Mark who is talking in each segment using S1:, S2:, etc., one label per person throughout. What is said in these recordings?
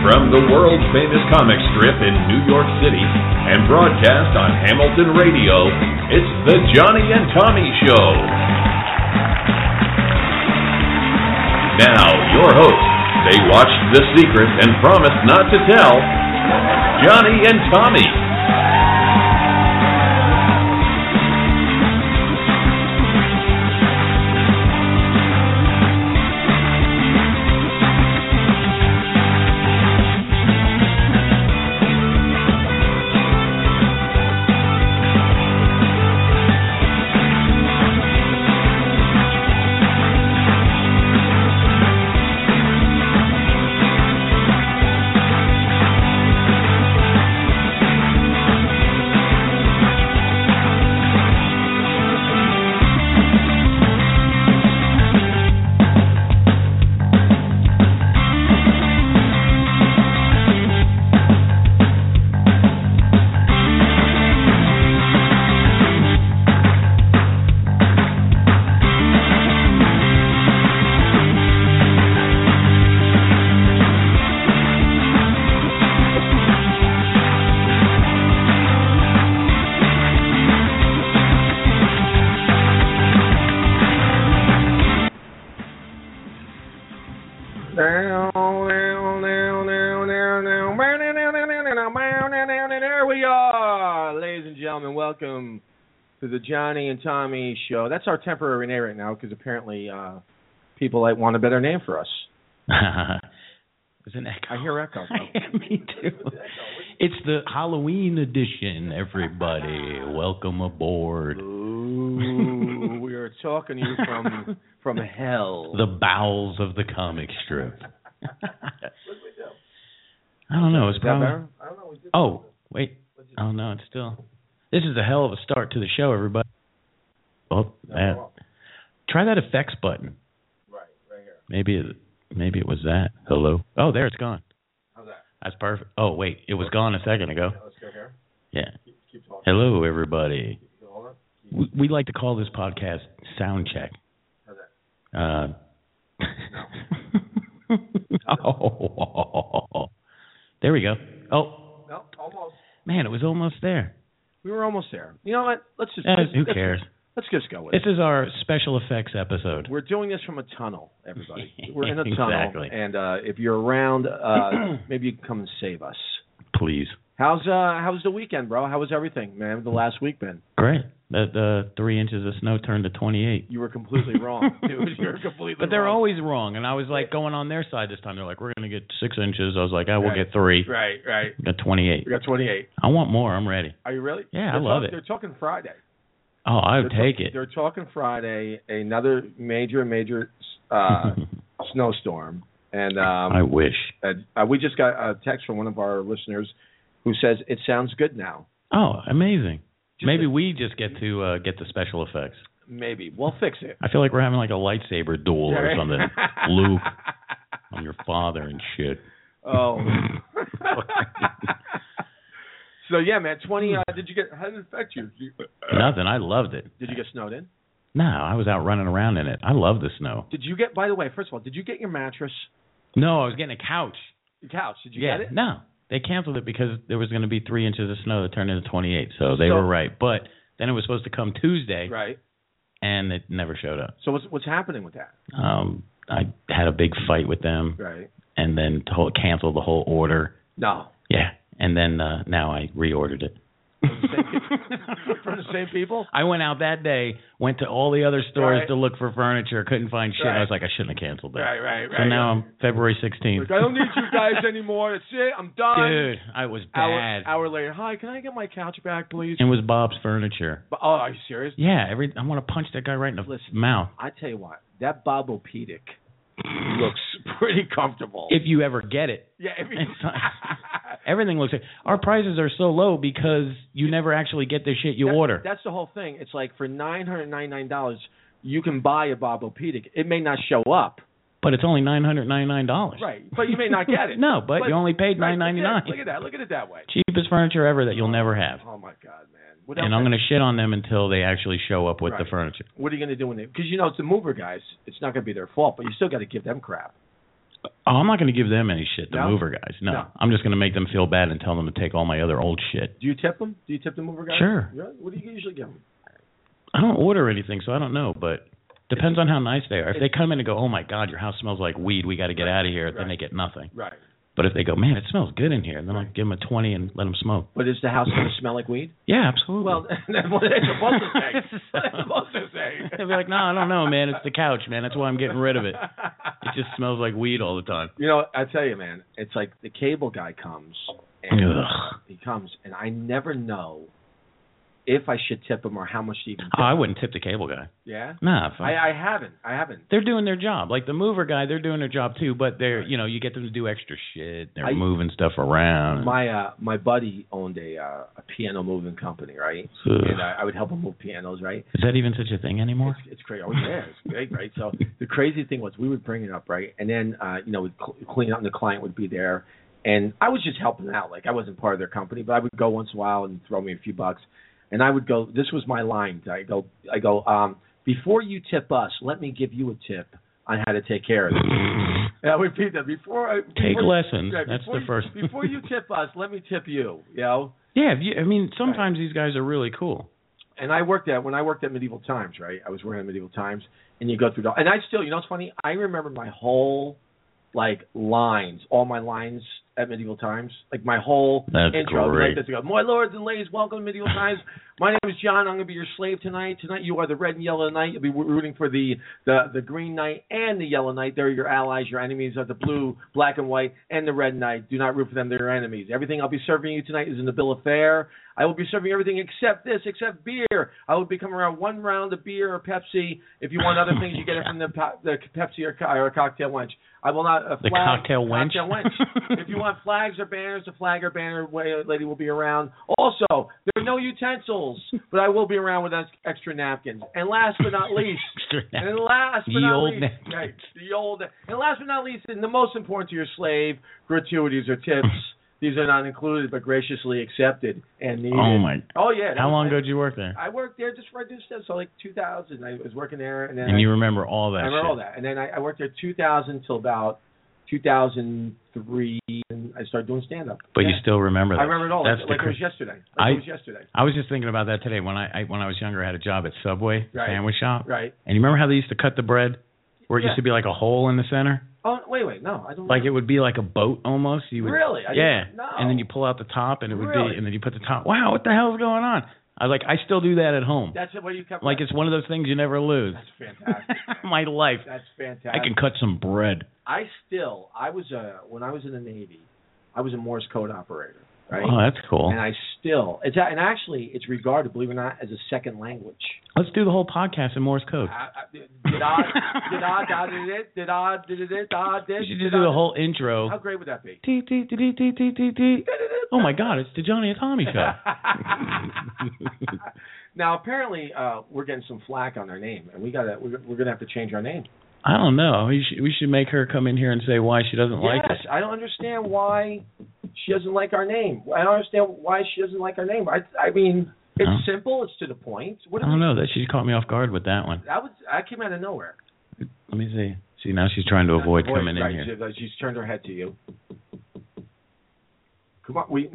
S1: from the world famous comic strip in New York City and broadcast on Hamilton Radio, it's the Johnny and Tommy Show. Now, your hosts, they watched The Secret and promised not to tell, Johnny and Tommy.
S2: There we are, ladies and gentlemen. Welcome to the Johnny and Tommy show. That's our temporary name right now because apparently uh, people like want a better name for us.
S3: There's an echo.
S2: I hear echo.
S3: Me too. It's the Halloween edition, everybody. Welcome aboard.
S2: Ooh, we are talking to you from from hell.
S3: The bowels of the comic strip. I don't know. It's
S2: Is that
S3: probably.
S2: better? I don't know. We did-
S3: Oh, wait. Oh no, it's still. This is a hell of a start to the show, everybody. Oh, that. Try that effects button.
S2: Right, right here.
S3: Maybe it. Maybe it was that. Hello. Oh, there it's gone.
S2: How's that?
S3: That's perfect. Oh wait, it was gone a second ago.
S2: Let's go here.
S3: Yeah.
S2: Keep, keep talking.
S3: Hello, everybody.
S2: Hold on.
S3: We, we like to call this podcast sound check.
S2: How's that?
S3: Uh, oh, there we go. Oh
S2: No, almost.
S3: man, it was almost there.
S2: We were almost there. You know what? Let's just.
S3: Eh,
S2: let's-
S3: who
S2: let's-
S3: cares?
S2: Let's just go with it.
S3: This is our special effects episode.
S2: We're doing this from a tunnel, everybody. We're in a tunnel,
S3: Exactly.
S2: and uh, if you're around, uh, maybe you can come and save us.
S3: Please,
S2: How's uh, how's the weekend, bro? How was everything, man? The last week been?
S3: great. The the three inches of snow turned to twenty eight.
S2: You were completely wrong, dude. You were completely.
S3: But they're
S2: wrong.
S3: always wrong, and I was like going on their side this time. They're like, "We're going to get six inches." I was like, "I will
S2: Right.
S3: get three.
S2: right, right.
S3: I Got twenty-eight.
S2: We got 28.
S3: I want more. I'm ready.
S2: Are you really?
S3: Yeah, I
S2: They're
S3: love
S2: talk-
S3: it.
S2: They're talking Friday.
S3: Oh, I
S2: They're
S3: would
S2: talk-
S3: take it.
S2: They're talking Friday. Another major, major uh, snowstorm, and um,
S3: I wish.
S2: and, uh, we just got a text from one of our listeners who says it sounds good now.
S3: Oh, amazing.
S2: Just
S3: Maybe we just get to uh, get the special effects.
S2: Maybe we'll fix it.
S3: I feel like we're having like a lightsaber duel or
S2: Right.
S3: something. Luke, I'm your father and shit.
S2: Oh. so yeah, man. Twenty. Uh, did you get? How did it affect you? Did you,
S3: Nothing. I loved it.
S2: did you get snowed in?
S3: No, I was out running around in it. I love the snow.
S2: Did you get? By the way, first of all, did you get your mattress?
S3: No, I was getting a couch.
S2: Your couch? Did you
S3: yeah.
S2: get it?
S3: No, they canceled it because there was going to be three inches of snow that turned into 28. So they
S2: So-
S3: were right. But then it was supposed to come Tuesday,
S2: Right.
S3: and it never showed up.
S2: So what's what's happening with that?
S3: Um, I had a big fight with them,
S2: Right.
S3: and then told, canceled the whole order.
S2: No.
S3: Yeah, and then uh, now I reordered it.
S2: From the same people. From the same people?
S3: I went out that day, went to all the other stores
S2: Right.
S3: to look for furniture, couldn't find shit.
S2: Right.
S3: I was like, I shouldn't have canceled that.
S2: right,
S3: So now I'm February 16th.
S2: Like, I don't need you guys anymore. That's it. I'm done.
S3: Dude, I was
S2: Hour,
S3: bad.
S2: hour later. Hi, can I get my couch back, please?
S3: It was Bob's furniture.
S2: But, oh, are you serious?
S3: Yeah, every I want to punch that guy right in the
S2: Listen.
S3: mouth.
S2: I tell you what, that Bobopedic looks pretty comfortable.
S3: If you ever get it,
S2: yeah, if you-
S3: It's like- everything looks. Like, our prices are so low because you never actually get the shit you
S2: That-
S3: order.
S2: That's the whole thing. It's like for nine hundred ninety nine dollars, you can buy a Bobopedic. It may not show up,
S3: but it's only nine hundred ninety nine dollars.
S2: right? But you may not get it.
S3: no, but,
S2: But-
S3: you only paid
S2: Right,
S3: nine ninety nine.
S2: that's it. Look at that. Look at it that way.
S3: Cheapest furniture ever that you'll never have.
S2: Oh my God, man. What
S3: and
S2: else-
S3: I'm going to shit on them until they actually show up with the
S2: Right.
S3: furniture.
S2: What are you going to do when they? Because you know it's the mover guys. It's not going to be their fault, but you still got to give them crap.
S3: Oh, I'm not going to give them any shit. The
S2: No?
S3: mover guys, no.
S2: No.
S3: I'm just going to make them feel bad and tell them to take all my other old shit.
S2: Do you tip them? Do you tip them over guys?
S3: Sure.
S2: Yeah? What do you usually give them?
S3: I don't order anything, so I don't know, but depends on how nice they are. If they come in and go, "Oh my god, your house smells like weed. We got to get out of here," then they get nothing.
S2: Right.
S3: But if they go, "Man, it smells good in here," then I'll give them a twenty and let them smoke.
S2: But is the house going to smell like weed?
S3: Yeah, absolutely.
S2: Well, that's what they're supposed to say. What they're supposed to say.
S3: They'll be like, "No, I don't know, man. It's the couch, man. That's why I'm getting rid of it. It just smells like weed all the time."
S2: You know, I tell you, man, it's like the cable guy comes and
S3: Ugh.
S2: he comes, and I never know if I should tip him or how much to even. Tip.
S3: Oh, I wouldn't tip the cable guy.
S2: yeah,
S3: Nah, fuck.
S2: I, I haven't, I haven't.
S3: they're doing their job. Like the mover guy, they're doing their job too, but they're you know you get them to do extra shit. They're
S2: I-
S3: moving stuff around.
S2: My uh, my buddy owned a uh, a piano moving company, right?
S3: Ugh.
S2: And I, I would help him move pianos, right?
S3: Is that even such a thing anymore?
S2: It's, it's crazy. Oh yeah, it's great, right? So the crazy thing was we would bring it up, right? And then uh, you know we'd cl- clean out, and the client would be there, and I was just helping out. Like I wasn't part of their company, but I would go once in a while and throw me a few bucks, and I would go. This was my line. I go, I go. Um, before you tip us, let me give you a tip on how to take care of this. Yeah, I repeat that before. I, before
S3: Take lessons.
S2: yeah,
S3: That's
S2: before
S3: the first.
S2: You, before you tip us, let me tip you. You know.
S3: yeah, if you, I mean sometimes these guys are really cool.
S2: and I worked at when I worked at Medieval Times, right? I was working at Medieval Times, and you go through the and I still, you know, what's funny. I remember my whole like lines, all my lines at Medieval Times, like my whole
S3: That's
S2: intro was
S3: great.
S2: like this. I go, my lords and ladies, welcome to Medieval Times. My name is John. I'm going to be your slave tonight. Tonight you are the red and yellow knight. You'll be rooting for the the the green knight and the yellow knight. They're your allies. Your enemies are the blue, black and white, and the red knight. Do not root for them. They're your enemies. Everything I'll be serving you tonight is in the bill of fare. I will be serving everything except this, except beer. I will be coming around one round of beer or Pepsi. If you want other things, you get it from the, po- the Pepsi or, co- or cocktail wench. I will not uh,
S3: The
S2: flag,
S3: cocktail wench?
S2: wench. if you want flags or banners, the flag or banner wa- lady will be around. Also, there are no utensils, but I will be around with ex- extra napkins. And last but not least,
S3: Extra
S2: and
S3: napkins.
S2: then last but
S3: The
S2: not
S3: old
S2: least,
S3: napkins.
S2: right, the old, and last but not least, and the most important to your slave, gratuities or tips. These are not included, but graciously accepted and needed.
S3: Oh my!
S2: Oh yeah. that
S3: How
S2: was
S3: long
S2: my-
S3: ago did you work there?
S2: I worked there just before I did stuff. So like 2000, I was working there, and then
S3: And
S2: I,
S3: you remember all that?
S2: I remember
S3: shit.
S2: all that. And then I, I worked there 2000 till about 2003, and I started doing stand up.
S3: But you still remember that?
S2: I remember it all.
S3: That's
S2: like
S3: the
S2: it
S3: cra-
S2: was yesterday. Like
S3: I-
S2: it was yesterday.
S3: I was just thinking about that today. When I, I when I was younger, I had a job at Subway
S2: Right.
S3: sandwich shop,
S2: Right.
S3: and you remember how they used to cut the bread, where it
S2: Yeah.
S3: used to be like a hole in the center,
S2: Oh wait, wait, no, I don't.
S3: like it would be like a boat almost. You would,
S2: Really? I
S3: yeah,
S2: didn't- no.
S3: and then you pull out the top, and it would
S2: Really?
S3: be, and then you put the top. Wow, what the hell's going on? I was like, I still do that at home.
S2: That's what you kept.
S3: like it's one of those things you never lose.
S2: That's fantastic.
S3: My life,
S2: That's fantastic.
S3: I can cut some bread.
S2: I still, I was a when I was in the Navy, I was a Morse code operator, right?
S3: Oh, that's cool.
S2: And I still, it's a- and actually, it's regarded, believe it or not, as a second language.
S3: Let's do the whole podcast in Morse code.
S2: I, I, did I, did I, da, did it, did I, did it, did I, did
S3: You should
S2: did
S3: just do
S2: I-
S3: the whole
S2: How
S3: intro.
S2: great would that be?
S3: Tee, tee, tee, tee, tee, tee, tee, tee. Oh my God, it's the Johnny and Tommy show.
S2: now apparently uh, we're getting some flack on our name, and we gotta we're, we're gonna have to change our name.
S3: I don't know. We should, we should make her come in here and say why she doesn't like
S2: yes,
S3: it.
S2: I don't understand why she doesn't like our name. I don't understand why she doesn't like our name. I I mean, it's
S3: Huh?
S2: simple. It's to the point. What
S3: I
S2: do
S3: don't
S2: we-
S3: know. That she caught me off guard with that one.
S2: That was I came out of nowhere.
S3: Let me see. See now she's trying to avoid
S2: Boy,
S3: coming
S2: right,
S3: in here.
S2: she- She's turned her head to you. Come on, we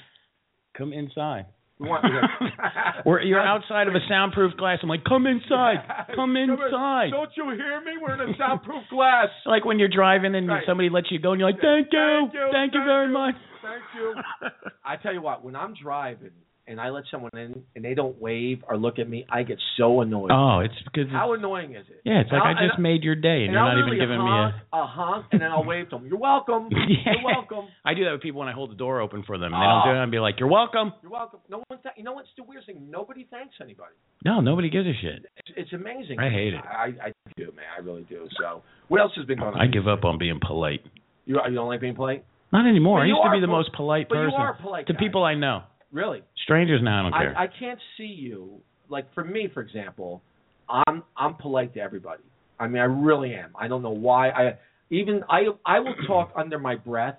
S3: come inside.
S2: we want.
S3: We're, you're outside of a soundproof glass. I'm like, come inside, come
S2: in.
S3: inside.
S2: Don't you hear me? We're in a soundproof glass.
S3: It's like when you're driving and
S2: Right.
S3: somebody lets you go and you're like, thank you,
S2: Thank you,
S3: thank you
S2: thank
S3: very
S2: you."
S3: much.
S2: Thank you. I tell you what, when I'm driving and I let someone in and they don't wave or look at me, I get so annoyed.
S3: Oh, it's because
S2: How annoying is it?
S3: yeah, it's like
S2: I'll-
S3: I just made your day and, you're
S2: I'll
S3: not even
S2: literally
S3: giving me
S2: honk,
S3: a.
S2: a honk, and then I'll wave to them. You're welcome.
S3: Yeah.
S2: You're welcome.
S3: I do that with people when I hold the door open for them. And they don't do
S2: Oh.
S3: it. I'd be like, you're welcome.
S2: You're welcome. No one. Th- you know what's the weirdest thing? Nobody thanks anybody.
S3: No, nobody gives a shit.
S2: It's, it's amazing.
S3: I hate it.
S2: I, I do, man. I really do. So, what else has been going on?
S3: I give up on being polite.
S2: You, you don't like being polite,
S3: Not anymore.
S2: But
S3: I
S2: you
S3: used to
S2: are
S3: be the
S2: pol-
S3: most polite
S2: but
S3: person
S2: you are a polite.
S3: to
S2: guy.
S3: people I know.
S2: really.
S3: Strangers now, I don't care.
S2: I, I can't see you. Like for me, for example, I'm I'm polite to everybody. I mean, I really am. I don't know why. I even I I will talk under my breath.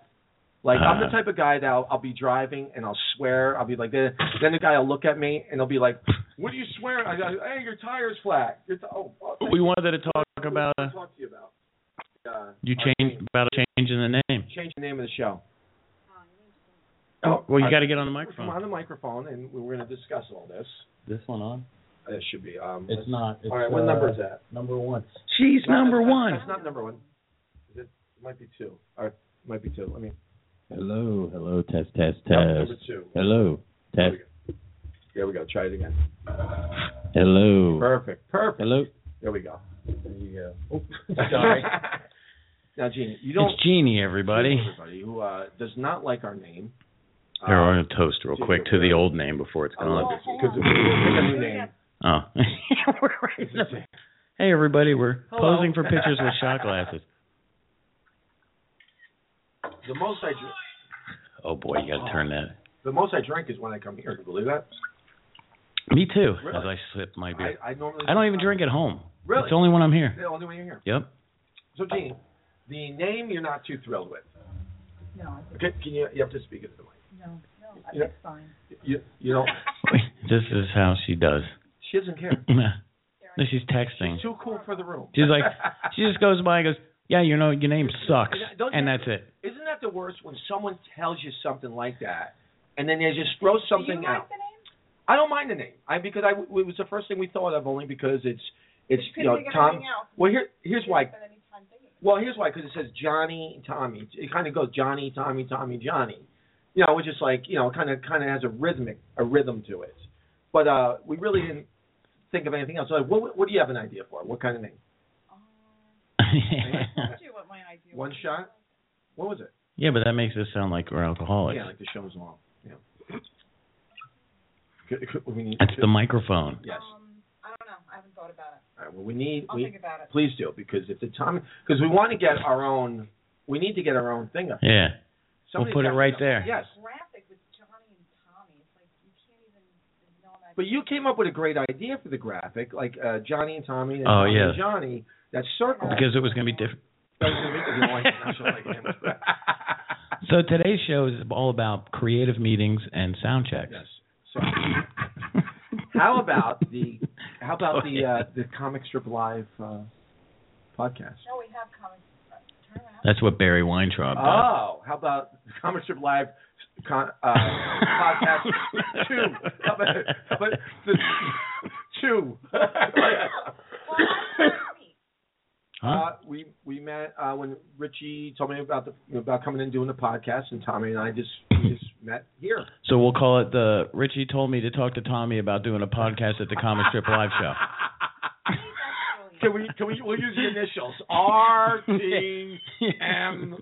S2: Like I'm the
S3: Uh.
S2: type of guy that I'll, I'll be driving and I'll swear. I'll be like, eh. then the guy will look at me and he'll be like, "What are you swearing?" I go, "Hey, your tire's flat." Your t- oh, well,
S3: we wanted to talk about.
S2: what
S3: Uh,
S2: to talk to you about. uh,
S3: You
S2: our
S3: change
S2: name.
S3: about changing the name.
S2: change the name of the show.
S3: Oh, well, you
S2: I-
S3: got to get on the
S2: Come on
S3: microphone.
S2: the microphone, and we- we're going to discuss all this.
S4: This one on?
S2: This should be. Um,
S4: It's not. It's,
S2: all right, what number is
S4: uh,
S2: that?
S4: Number one.
S3: She's
S2: No,
S3: number
S2: that's-
S3: one.
S2: That's not number one. Is it? it Might be two. All right, might be two. Let me.
S4: Hello, hello, test, test,
S2: that was number
S4: test.
S2: two.
S4: Hello,
S2: There
S4: test.
S2: we go. There we go. Try it again.
S4: Hello,
S2: Perfect. Perfect.
S4: hello.
S2: There we go.
S4: There you go.
S2: Sorry. now, Gene, you don't.
S3: It's Jeannie, everybody.
S2: Everybody who uh, does not like our name. uh,
S3: Here, we're going to toast real quick to the old name before it's
S2: I love
S3: gone.
S2: this because it's a new name.
S3: Oh. hey, everybody, we're
S2: Hello.
S3: posing for pictures with shot glasses.
S2: The most I drink,
S3: Oh, boy, you got to turn that.
S2: the most I drink is when I come here. Can you believe that?
S3: Me too,
S2: Really?
S3: as I sip my beer.
S2: I, I normally.
S3: I don't even drink at home.
S2: Really?
S3: It's only when I'm here.
S2: The only way you're here.
S3: Yep.
S2: So, Gene, the name you're not too thrilled with.
S5: No, I think
S2: Okay, can you? You have to speak into the mic.
S5: no, no,
S2: Yeah.
S5: that's fine.
S2: You, you know,
S3: This is how she does.
S2: she doesn't care.
S3: No, she's texting.
S2: She's too cool for the room.
S3: She's like, she just goes by and goes, yeah, you know, your name sucks,
S2: Don't
S3: and
S2: you-
S3: that's it.
S2: Isn't that the worst when someone tells you something like that, and then they just throw something
S5: Do you
S2: out?
S5: like the name?
S2: I don't mind the name. I because I it was the first thing we thought of only because it's it's you,
S5: You couldn't
S2: know
S5: think of
S2: Tom.
S5: anything else.
S2: Well, here here's
S5: You
S2: why.
S5: didn't spend any time thinking.
S2: Well, here's why because it says Johnny Tommy. It kind of goes Johnny Tommy Tommy Johnny. You know, it's just like you know, kind of kind of has a rhythmic a rhythm to it. But uh, we really didn't think of anything else. So, Like, what what do you have an idea for? What kind of name?
S5: I told you Um, what my idea
S2: One
S5: was.
S2: shot? What was it?
S3: yeah, but that makes us sound like we're alcoholics.
S2: Yeah, like the show's long. Yeah. Could- could- we need.
S3: That's the microphone.
S2: Yes.
S5: Um, I don't know. I haven't thought about it.
S2: All right. Well, we need.
S5: I'll
S2: we,
S5: think about it.
S2: Please do because if the time because we want to get our own we need to get our own thing up.
S3: Yeah.
S2: Somebody's
S3: put it
S2: got-
S3: right there.
S2: Yes,
S5: Graphic with Johnny and Tommy. It's like you can't even know that.
S2: but you came up with a great idea for the graphic, like uh, Johnny and Tommy and,
S3: Oh,
S2: Tommy
S3: yeah.
S2: and Johnny. That circle.
S3: Because it was going to be different.
S2: That was gonna be- you know, like- I'm sure like him.
S3: So today's show is all about creative meetings and sound checks.
S2: yes. So how about the how about the uh, the comic strip live uh, podcast?
S5: No, we have comics. Uh, Turn around.
S3: That's what Barry Weintraub does.
S2: Oh, how about the Comic Strip Live con, uh, podcast two? How about, how about the two?
S5: Well, I'm sorry.
S3: Huh?
S2: uh, we we met uh, when Richie told me about the about coming in and doing the podcast, and Tommy and I just we just met here.
S3: So we'll call it the Richie told me to talk to Tommy about doing a podcast at the Comic Strip Live Show.
S2: Can we can we we'll use the initials R T M?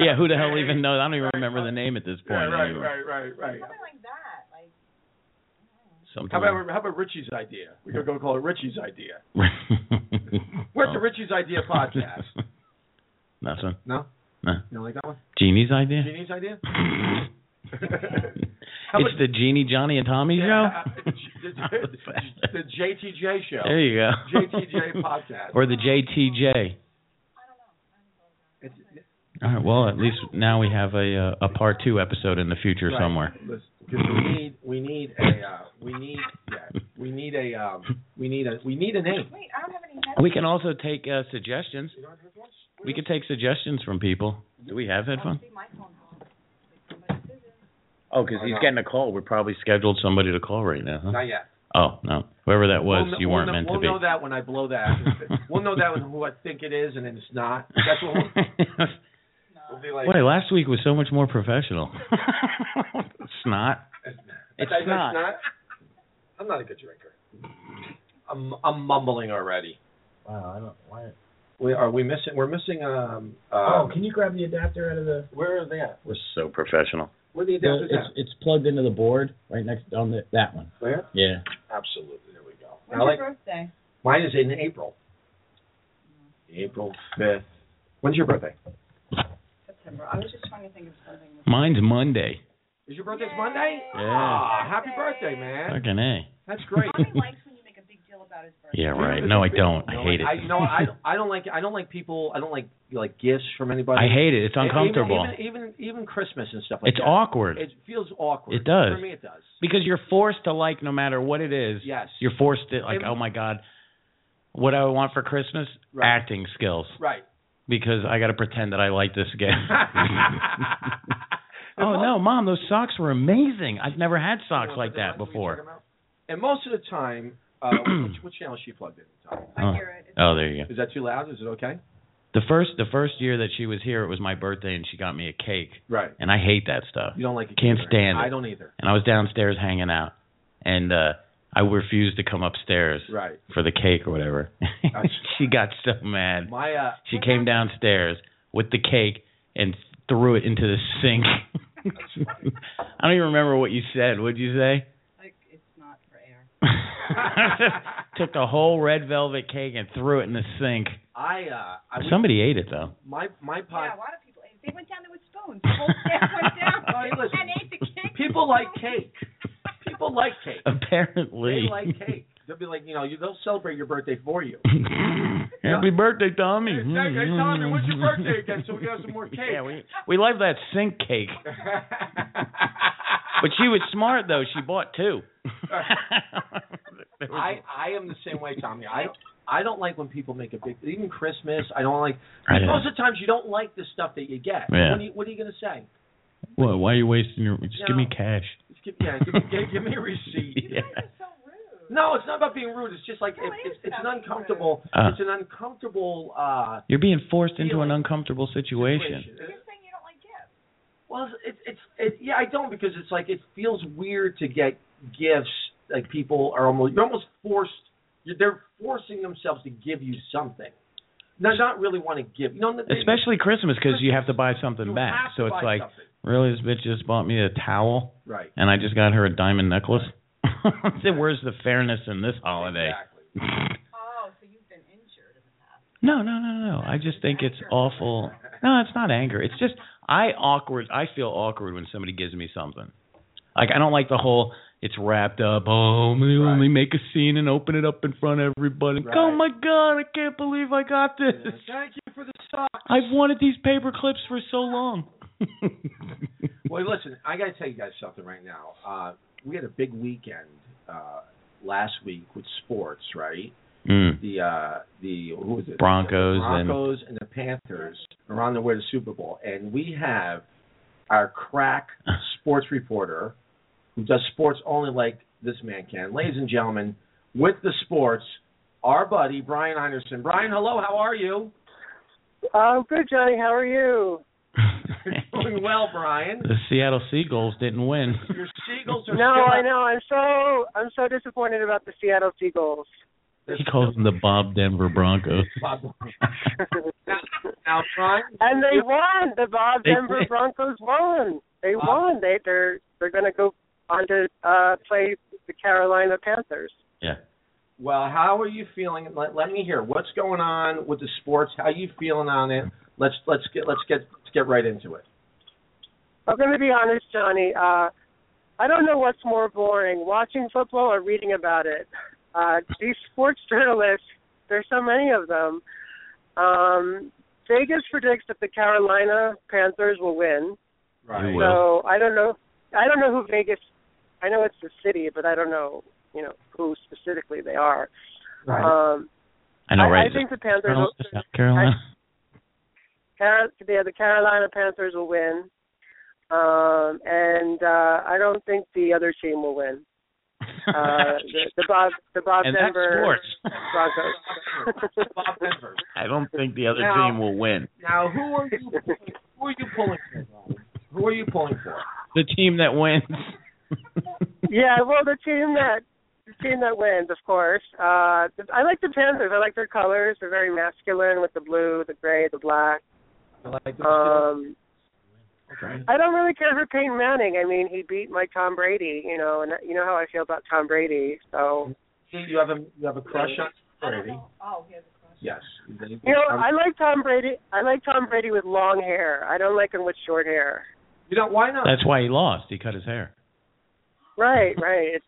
S3: yeah, who the hell even knows? I don't even remember the name at this
S2: Right,
S3: point.
S2: right,
S3: anymore.
S2: right, right, right.
S5: Something like that. Like,
S3: Something
S2: How
S3: like-
S2: about how about Richie's idea? We're gonna go call it Richie's idea. We're at
S3: Where's
S2: the Richie's Idea podcast.
S3: Nothing.
S2: No?
S3: No.
S2: You don't like that one?
S3: Genie's idea?
S2: Genie's idea? How
S3: it's
S2: about-
S3: the Genie, Johnny, and Tommy
S2: Yeah,
S3: show?
S2: the, the- the JTJ show.
S3: there you go.
S2: JTJ podcast.
S3: Or the JTJ.
S2: It's,
S3: All right, well, at least now we have a uh, a part two episode in the future
S2: Right.
S3: somewhere.
S2: listen, 'cause we need we need a uh, we need yeah, we need a um, we need a we need a name.
S5: wait, I don't have any.
S3: We can also take uh, suggestions.
S2: You don't have one?
S3: We can take suggestions from people. Do we have headphones?
S5: See, my phone's on. Like, somebody's busy.
S3: Oh, because
S2: he's
S3: he's
S2: getting
S3: getting a call. We probably scheduled somebody to call right now.
S2: Not yet.
S3: Oh no, whoever that
S2: We'll
S3: was,
S2: kn-
S3: you
S2: we'll
S3: weren't
S2: kn-
S3: meant
S2: we'll
S3: to be.
S2: know that when I blow that. we'll know that when who I think it is and then it's not. That's what we'll, we'll be like.
S3: Wait, last week was so much more professional. Snot. It's
S2: That's
S3: not.
S2: I'm not a good drinker. I'm I'm mumbling already.
S4: Wow, I don't. Why?
S2: We are we missing? We're missing. Um. um
S4: Oh, can you grab the adapter out of the?
S2: Where are they at?
S3: We're so professional.
S2: Where are the
S4: the
S2: adapters
S4: it's
S2: at?
S4: it's plugged into the board right next on the, that one.
S2: Where?
S4: Yeah.
S2: Absolutely. There we go.
S5: When's
S2: I like-
S5: your birthday?
S2: mine is in April. April fifth. When's your birthday?
S5: September. I was just trying to think of something. with-
S3: Mine's Monday.
S2: Is your birthday's Monday?
S5: Yay.
S3: Yeah.
S2: Aw, happy birthday, man.
S3: Fucking a.
S2: That's great.
S5: Tommy likes when you make a big deal about his birthday.
S3: Yeah, right. No, I don't. I hate it.
S2: I no, I I don't like I don't like people. I don't like like gifts from anybody. E-,
S3: I hate it. It's
S2: Even-
S3: uncomfortable.
S2: Even even, even Christmas and stuff like
S3: It's
S2: that.
S3: awkward
S2: It feels awkward.
S3: It does.
S2: For me, it does.
S3: because you're forced to like no matter what it is.
S2: Yes.
S3: You're forced to like.
S2: It-
S3: Oh my God, what do I want for Christmas?
S2: Right.
S3: Acting skills.
S2: Right.
S3: because I got to pretend that I like this game. oh no, mom, those socks were amazing. I've never had socks like that before.
S2: And most of the time, uh, which, which channel is she plugged in? Tom?
S5: I hear it. It's
S3: Oh, there you go.
S2: Is that too loud? Is it okay?
S3: The first the first year that she was here, it was my birthday, and she got me a cake,
S2: Right.
S3: and I hate that stuff.
S2: You don't like it.
S3: Can't
S2: either.
S3: stand it.
S2: I don't either.
S3: And I was downstairs hanging out, and uh I refused to come upstairs
S2: Right.
S3: for the cake or whatever. she got so mad.
S2: My uh,
S3: She came downstairs with the cake and threw it into the sink. I don't even remember what you said. What'd you say?
S5: like it's not for air.
S3: Took the whole red velvet cake and threw it in the sink.
S2: I uh, I was-
S3: Somebody ate it though.
S2: my my pod.
S5: Yeah, a lot of people. They went down there with spoons. The whole staff went down
S2: All right, listen.
S5: and ate the cake.
S2: People like cake. People like cake. They
S3: Apparently.
S2: like cake. They'll be like, you know, you, they'll celebrate your birthday for you.
S3: Happy birthday, Tommy. Hmm.
S2: Hey, Jack, hey, Tommy, when's your birthday again so we can have some more cake?
S3: Yeah, we we love that sink cake. But
S2: but
S3: she was smart though. She bought two. There was-
S2: I I am the same way, Tommy. I don't I don't like when people make a big even Christmas. I don't like
S3: I know.
S2: most of the times you don't like the stuff that you get.
S3: Yeah.
S2: What, are you, what are you gonna say?
S3: What? Why are you wasting your? Just give me
S2: No.
S3: cash.
S2: Just give, yeah, give, me- give, give me a receipt.
S5: You
S3: Yeah.
S5: guys are so rude.
S2: No, it's not about being rude. It's just like
S5: No,
S2: it,
S5: it is
S2: it's it's an
S5: about being
S2: uncomfortable.
S3: Uh.
S2: it's an uncomfortable uh
S3: You're being forced into an
S2: Feeling.
S3: uncomfortable situation.
S2: situation.
S5: You're saying you don't like gifts.
S2: Well, it's it's it, yeah, I don't because it's like it feels weird to get gifts. Like people are almost you're almost forced. You're, they're forcing themselves to give you something. They're not really want to give. You know, they-
S3: Especially Christmas because you have to buy
S2: you
S3: something back.
S2: have to
S3: So it's
S2: buy
S3: like,
S2: something.
S3: really, this bitch just bought me a towel
S2: right.
S3: and I just got her a diamond necklace. I said, Where's the fairness in this holiday?
S2: Exactly.
S5: Oh, so you've been injured in the past.
S3: No, no, no, no. I just think it's awful. No, it's not anger. It's just I awkward. I feel awkward when somebody gives me something. Like I don't like the whole it's wrapped up. Oh, we only make a scene and open it up in front of everybody.
S2: Right.
S3: Oh my god, I can't believe I got this.
S2: Yeah. Thank you for the socks.
S3: I've wanted these paper clips for so long.
S2: Well, listen, I got to tell you guys something right now. Uh, we had a big weekend uh, last week with sports, right?
S3: Mm.
S2: the uh the who was it?
S3: Broncos
S2: the Broncos and, the Panthers are on their way to Super Bowl, and we have our crack sports reporter who does sports only like this man can. Ladies and gentlemen, with the sports, our buddy Brian Anderson. Brian, hello, how are you?
S6: I'm good, Johnny. How are you?
S2: Doing well, Brian.
S3: the Seattle Seagulls didn't win.
S2: Your Seagulls are
S6: No,
S2: still
S6: I know. I'm so I'm so disappointed about the Seattle Seagulls.
S3: He calls them the Bob Denver Broncos.
S2: now, Brian.
S6: and they won. The Bob
S3: They
S6: Denver
S3: did.
S6: Broncos won. They
S2: Wow.
S6: won. They they're they're going to go on to uh play the Carolina Panthers.
S3: Yeah.
S2: Well, how are you feeling? Let, let me hear what's going on with the sports. How you feeling on it? Let's let's get let's get let's get right into it.
S6: I'm going to be honest, Johnny. Uh I don't know what's more boring, watching football or reading about it. Uh these sports journalists, there's so many of them. Um Vegas predicts that the Carolina Panthers will win.
S3: Right. Well-
S6: So I don't know. I don't know who Vegas. I know it's the city, but I don't know. You know who specifically they are.
S2: Right. Uh,
S6: Um,
S3: I know,
S6: I,
S3: right?
S6: I think the Panthers.
S3: Colonel
S6: Will,
S3: to South Carolina.
S6: Car- yeah, the Carolina Panthers will win, um, and uh, I don't think the other team will win. Uh, the, the Bob, the Bob
S3: and that's
S6: Denver
S3: sports.
S6: Broncos.
S2: Bob Denver.
S3: I don't think the other
S2: Now-
S3: team will win.
S2: Now, who are you? Who are you pulling for? Brian? Who are you pulling for?
S3: The team that wins.
S6: yeah, well, the team that the team that wins, of course. Uh, the- I like the Panthers. I like their colors. They're very masculine with the blue, the gray, the black.
S2: I like the
S6: Um,
S2: okay.
S6: I don't really care for Peyton Manning. I mean, he beat my Tom Brady, you know, and you know how I feel about Tom Brady. So,
S2: See, you have a you have a crush on
S5: I don't
S2: Brady.
S5: know. Oh, he has a crush.
S2: Yes.
S6: you know, I like Tom Brady. I like Tom Brady with long hair. I don't like him with short hair.
S2: you know why not?
S3: That's why he lost. He cut his hair.
S6: Right, right. It's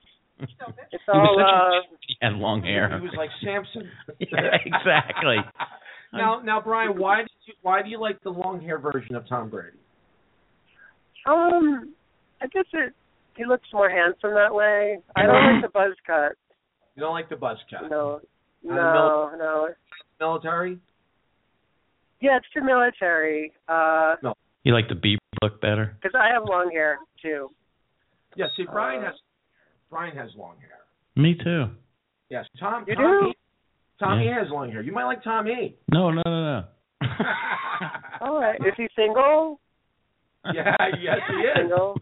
S5: So this
S6: it's
S3: He was
S6: all uh,
S3: such a he had long hair.
S2: He was like Samson.
S3: Yeah, exactly.
S2: now, now, Brian, why did you why do you like the long hair version of Tom Brady?
S6: um. I guess it. He looks more handsome that way. I don't like the buzz cut.
S2: You don't like the buzz cut?
S6: No,
S2: I don't
S6: no, no.
S2: Military?
S6: Yeah, it's the military. Uh
S3: You like the Bieber look better?
S6: 'cause I have long hair too.
S2: Yeah, see, Brian
S6: Uh,
S2: has Brian has long hair.
S3: Me too.
S2: Yes, Tom.
S6: You
S2: Tom
S6: do?
S2: E. Tom E
S3: Yeah.
S2: has long hair. You might like Tom E.
S3: No, no, no, no.
S6: All right. Is he single?
S2: yeah, yes, he is.
S6: Single.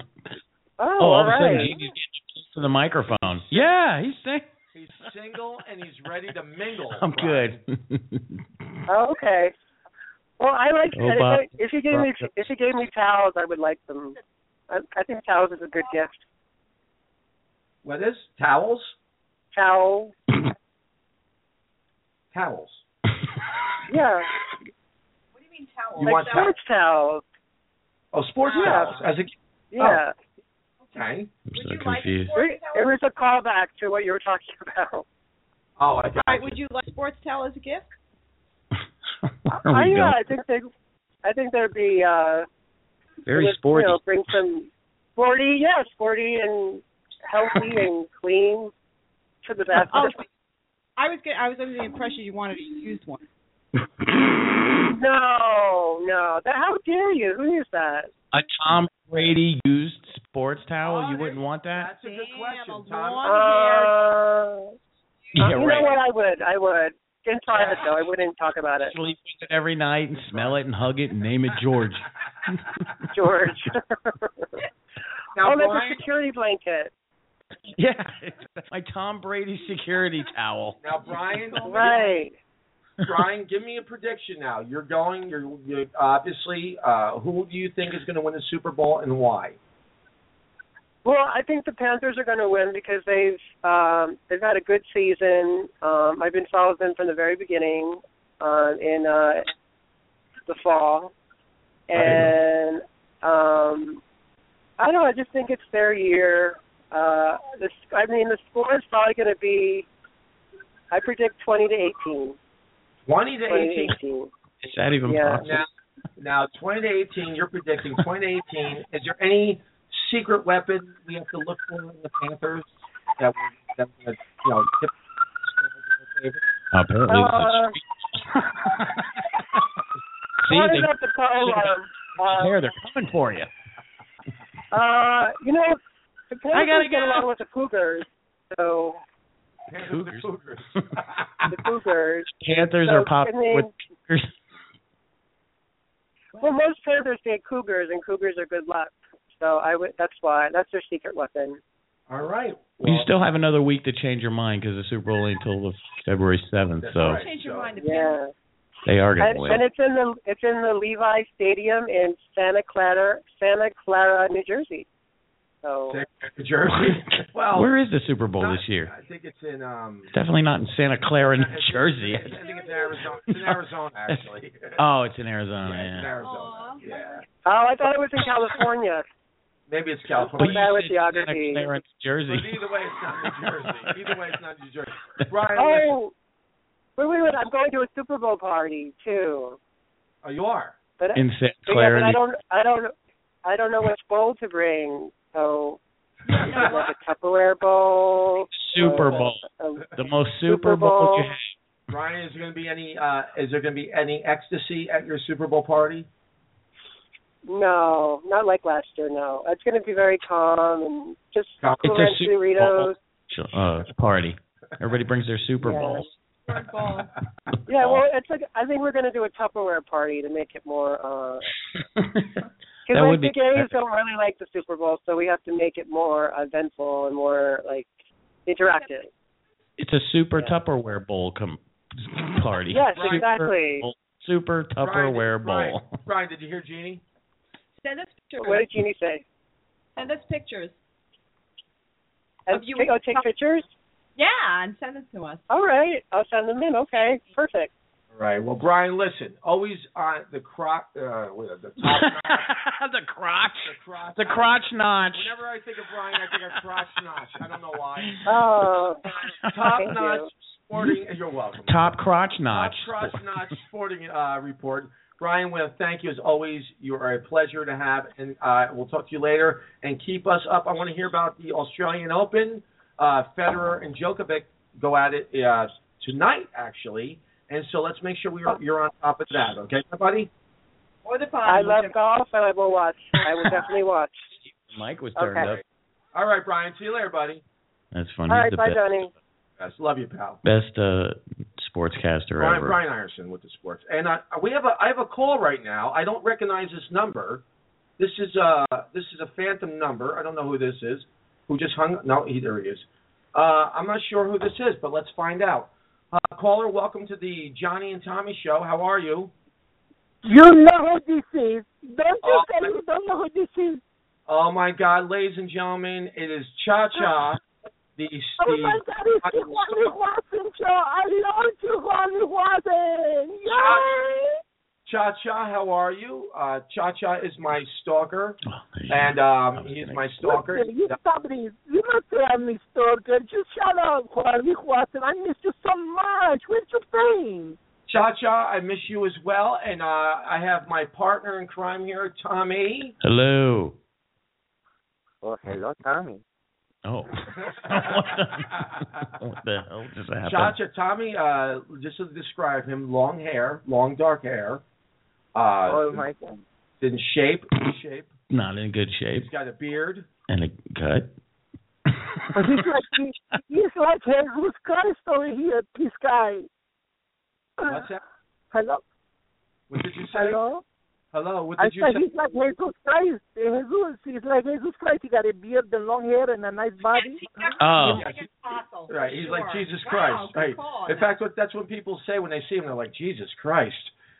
S6: Oh,
S3: oh, all
S6: all
S3: of a sudden,
S6: right.
S3: Jeannie's getting close to the microphone. Yeah, he's saying
S2: He's single and he's ready to mingle.
S3: I'm
S2: Brian.
S3: good.
S6: Oh, okay. Well, I like.
S3: Oh, Bob.
S6: if you gave me if you gave me towels, I would like them. I, I think towels is a good gift.
S2: What is towels?
S6: Towel.
S2: Towels.
S6: Yeah.
S5: What do you mean towel?
S2: You
S6: like
S2: want towel-
S6: sports towels.
S2: Oh, sports
S6: Yeah.
S2: towels. As a
S6: Yeah.
S2: okay.
S3: I'm
S5: Would
S3: so
S5: you like
S3: confused.
S5: sports
S6: It- it
S5: towel?
S6: was a callback to what you were talking about.
S2: Oh, I got
S5: Right,
S2: you.
S5: would you like sports towel as a gift?
S3: Where
S6: I, uh,
S3: are we
S6: yeah,
S3: going?
S6: I think they, I think there'd be uh,
S3: Very
S6: would,
S3: sporty.
S6: You know, bring some sporty, yeah, sporty and healthy and clean to the best.
S5: Oh, I was get, I was under the impression you wanted a used one.
S6: No, no, that, how dare you? Who is that?
S3: A Tom Brady used sports towel?
S2: Oh,
S3: you
S2: there-
S3: wouldn't want that?
S2: That's a good
S5: Damn,
S2: question,
S5: a
S2: Tom.
S5: long-
S6: Uh,
S3: yeah,
S6: you
S3: right.
S6: know what? I would, I would. In private though, I wouldn't talk about it.
S3: Sleep with it every night and smell it and hug it and name it George.
S6: George.
S2: Now,
S6: oh, that's
S2: Brian-
S6: a security blanket.
S3: yeah, it's my Tom Brady security towel.
S2: Now, Brian,
S6: Right.
S2: Brian, give me a prediction now. You're going. You're, you're obviously. Uh, who do you think is going to win the Super Bowl and why?
S6: Well, I think the Panthers are going to win because they've um, they've had a good season. Um, I've been following them from the very beginning uh, in uh, the fall, and um, I don't know. I just think it's their year. Uh, this, I mean, the score is probably going to be. I predict twenty to eighteen.
S2: Twenty to
S6: Twenty to
S2: eighteen.
S6: eighteen.
S3: Is that even
S6: Yeah.
S3: possible?
S2: Now, now, twenty to eighteen. You're predicting twenty to eighteen. Is there any secret weapon we have to look for in the Panthers that we, that we, you know tip?
S3: Apparently.
S6: Uh,
S3: See,
S6: What is
S3: they,
S6: up the call? Um, um,
S3: there, they're coming for you.
S6: Uh, you know, the
S3: I gotta
S6: Panthers get
S3: go.
S6: along with the Cougars, so
S2: Panthers, the Cougars.
S6: the Cougars.
S3: Panthers
S6: so,
S3: are popping
S6: I mean,
S3: with Cougars.
S6: Well, most Panthers say Cougars, and Cougars are good luck. So I would. That's why. That's their secret weapon.
S2: All right.
S3: You
S2: Well,
S3: still have another week to change your mind because the Super Bowl ain't until the February 7th,
S2: That's
S3: so
S2: right.
S5: Change your
S2: so-
S5: mind. to
S6: Yeah.
S3: they are going
S6: And,
S3: to win.
S6: and it's in the it's in the Levi Stadium in Santa Clara, Santa Clara, New Jersey. So
S2: New Jersey.
S6: oh.
S2: Well,
S3: Where is the Super Bowl
S2: not-
S3: this year?
S2: I think it's in um.
S3: It's definitely not in Santa Clara, New
S2: It's-
S3: Jersey.
S2: I think it's in Arizona. It's in Arizona, actually.
S3: Oh, it's in
S2: yeah,
S3: Arizona.
S2: it's in
S3: Yeah.
S2: Arizona.
S5: Aw.
S2: Yeah,
S6: oh, I thought it was in California.
S2: maybe it's
S3: But
S2: California.
S3: you
S6: Bad with
S3: said
S6: geography.
S3: Santa Clara, New Jersey.
S2: But either way, it's not New Jersey. Either way, it's not New Jersey. Brian, listen.
S6: oh, wait, wait, wait! I'm going to a Super Bowl party too.
S2: oh, you are.
S6: But
S3: in Santa
S6: But
S3: Clara. New-
S6: Yeah, but I don't, I don't, I don't know which bowl to bring. So like a Tupperware bowl.
S3: Super
S6: uh,
S3: Bowl.
S6: um,
S3: The most
S6: Super
S3: Super Bowl
S6: Bowl.
S3: you have.
S2: Brian, is there going to be any? Uh, is there going to be any ecstasy at your Super Bowl party?
S6: no, not like last year. No, it's going to be very calm and just
S2: Calm.
S6: cool
S3: It's a
S6: ranch
S3: Super
S6: Doritos.
S3: uh, party. Everybody brings their Super
S6: Yeah.
S3: Bowls.
S5: Bird ball.
S6: Yeah, well, it's like I think we're going to do a Tupperware party to make it more. uh
S3: That
S6: Because
S3: would
S6: like
S3: be
S6: the gays don't really like the Super Bowl, so we have to make it more eventful and more like interactive.
S3: it's a Super Tupperware Bowl com- party.
S6: Yes,
S3: Super
S6: exactly.
S3: Bowl- Super Tupperware
S2: Brian,
S3: Bowl.
S2: Brian, did you hear Jeannie?
S5: Send us pictures.
S6: What did Jeannie say?
S5: Send us pictures.
S6: And
S5: Of you-
S6: take, oh, take pictures.
S5: Yeah, and send them to us.
S6: All right, I'll send them in. Okay, perfect.
S2: All right. Well, Brian, listen. Always on the croc. Uh, wait, the top.
S3: the crotch.
S2: the crotch.
S3: The crotch notch.
S2: Whenever I think of Brian, I think of crotch notch. I don't know why.
S6: Oh,
S2: Top
S6: Thank
S2: notch
S6: you.
S2: sporting. You're welcome.
S3: Top crotch notch.
S2: Top Cross Notch Sporting uh, Report. Brian, well, thank you as always. You are a pleasure to have, and uh, we'll talk to you later. And keep us up. I want to hear about the Australian Open. Uh, Federer and Djokovic go at it uh, tonight, actually, And so let's make sure we're you're on top of that, okay, my buddy?
S7: Or the
S6: I
S7: pond.
S6: love golf and I will watch. I will definitely watch.
S3: Mike was turned
S6: Okay.
S3: up.
S2: All right, Brian. See you later, buddy.
S3: That's
S6: All
S3: funny. He's
S6: right,
S3: the
S6: bye,
S3: best,
S6: Johnny.
S2: Yes, love you, pal.
S3: best uh, sportscaster
S2: Brian,
S3: ever.
S2: Brian Iverson with the sports, and uh, we have a I have a call right now. I don't recognize this number. This is uh this is a phantom number. I don't know who this is. Who just hung? No, he there he is. Uh, I'm not sure who this is, but let's find out. Uh, caller, welcome to the Johnny and Tommy show. How are you?
S8: You know who this is. Don't you
S2: Oh,
S8: say you don't know who this is.
S2: Oh my God, ladies and gentlemen, it is Cha Cha, the
S8: Oh my
S2: the
S8: God, it's the Juan Watson show. I love you, Juan Watson. Yay!
S2: Cha Cha. How are you? Uh, Cha Cha is my stalker,
S3: Oh, there you go.
S2: and um, he's my stalker.
S8: Listen, you stop this. You must say I'm Miss Stalker. Just shut up, Juan Watson. I miss you so much. Where's your thing?
S2: Cha Cha, I miss you as well. And uh, I have my partner in crime here, Tommy.
S3: Hello.
S9: Oh, hello, Tommy.
S3: Oh. what, the, what the hell just happened?
S2: Cha Cha, Tommy, uh, just to describe him, long hair, long dark hair. Uh,
S9: oh, my God.
S2: In shape, in shape.
S3: Not in good shape.
S2: He's got a beard.
S3: And a cut.
S8: He's like he, he's like Jesus Christ over here, this guy.
S2: What's that?
S8: Hello,
S2: What did you say?
S8: hello.
S2: Hello, what
S8: I
S2: did you
S8: said
S2: say?
S8: he's like Jesus Christ. Jesus, he's like Jesus Christ. He got a beard and long hair and a nice body.
S3: Oh.
S2: Yeah, he-
S7: Apostle,
S2: Right, he's like
S7: sure.
S2: Jesus
S7: Wow,
S2: Christ.
S7: good
S2: Right.
S7: call.
S2: In fact, what, that's what people say when they see him. They're like, Jesus Christ.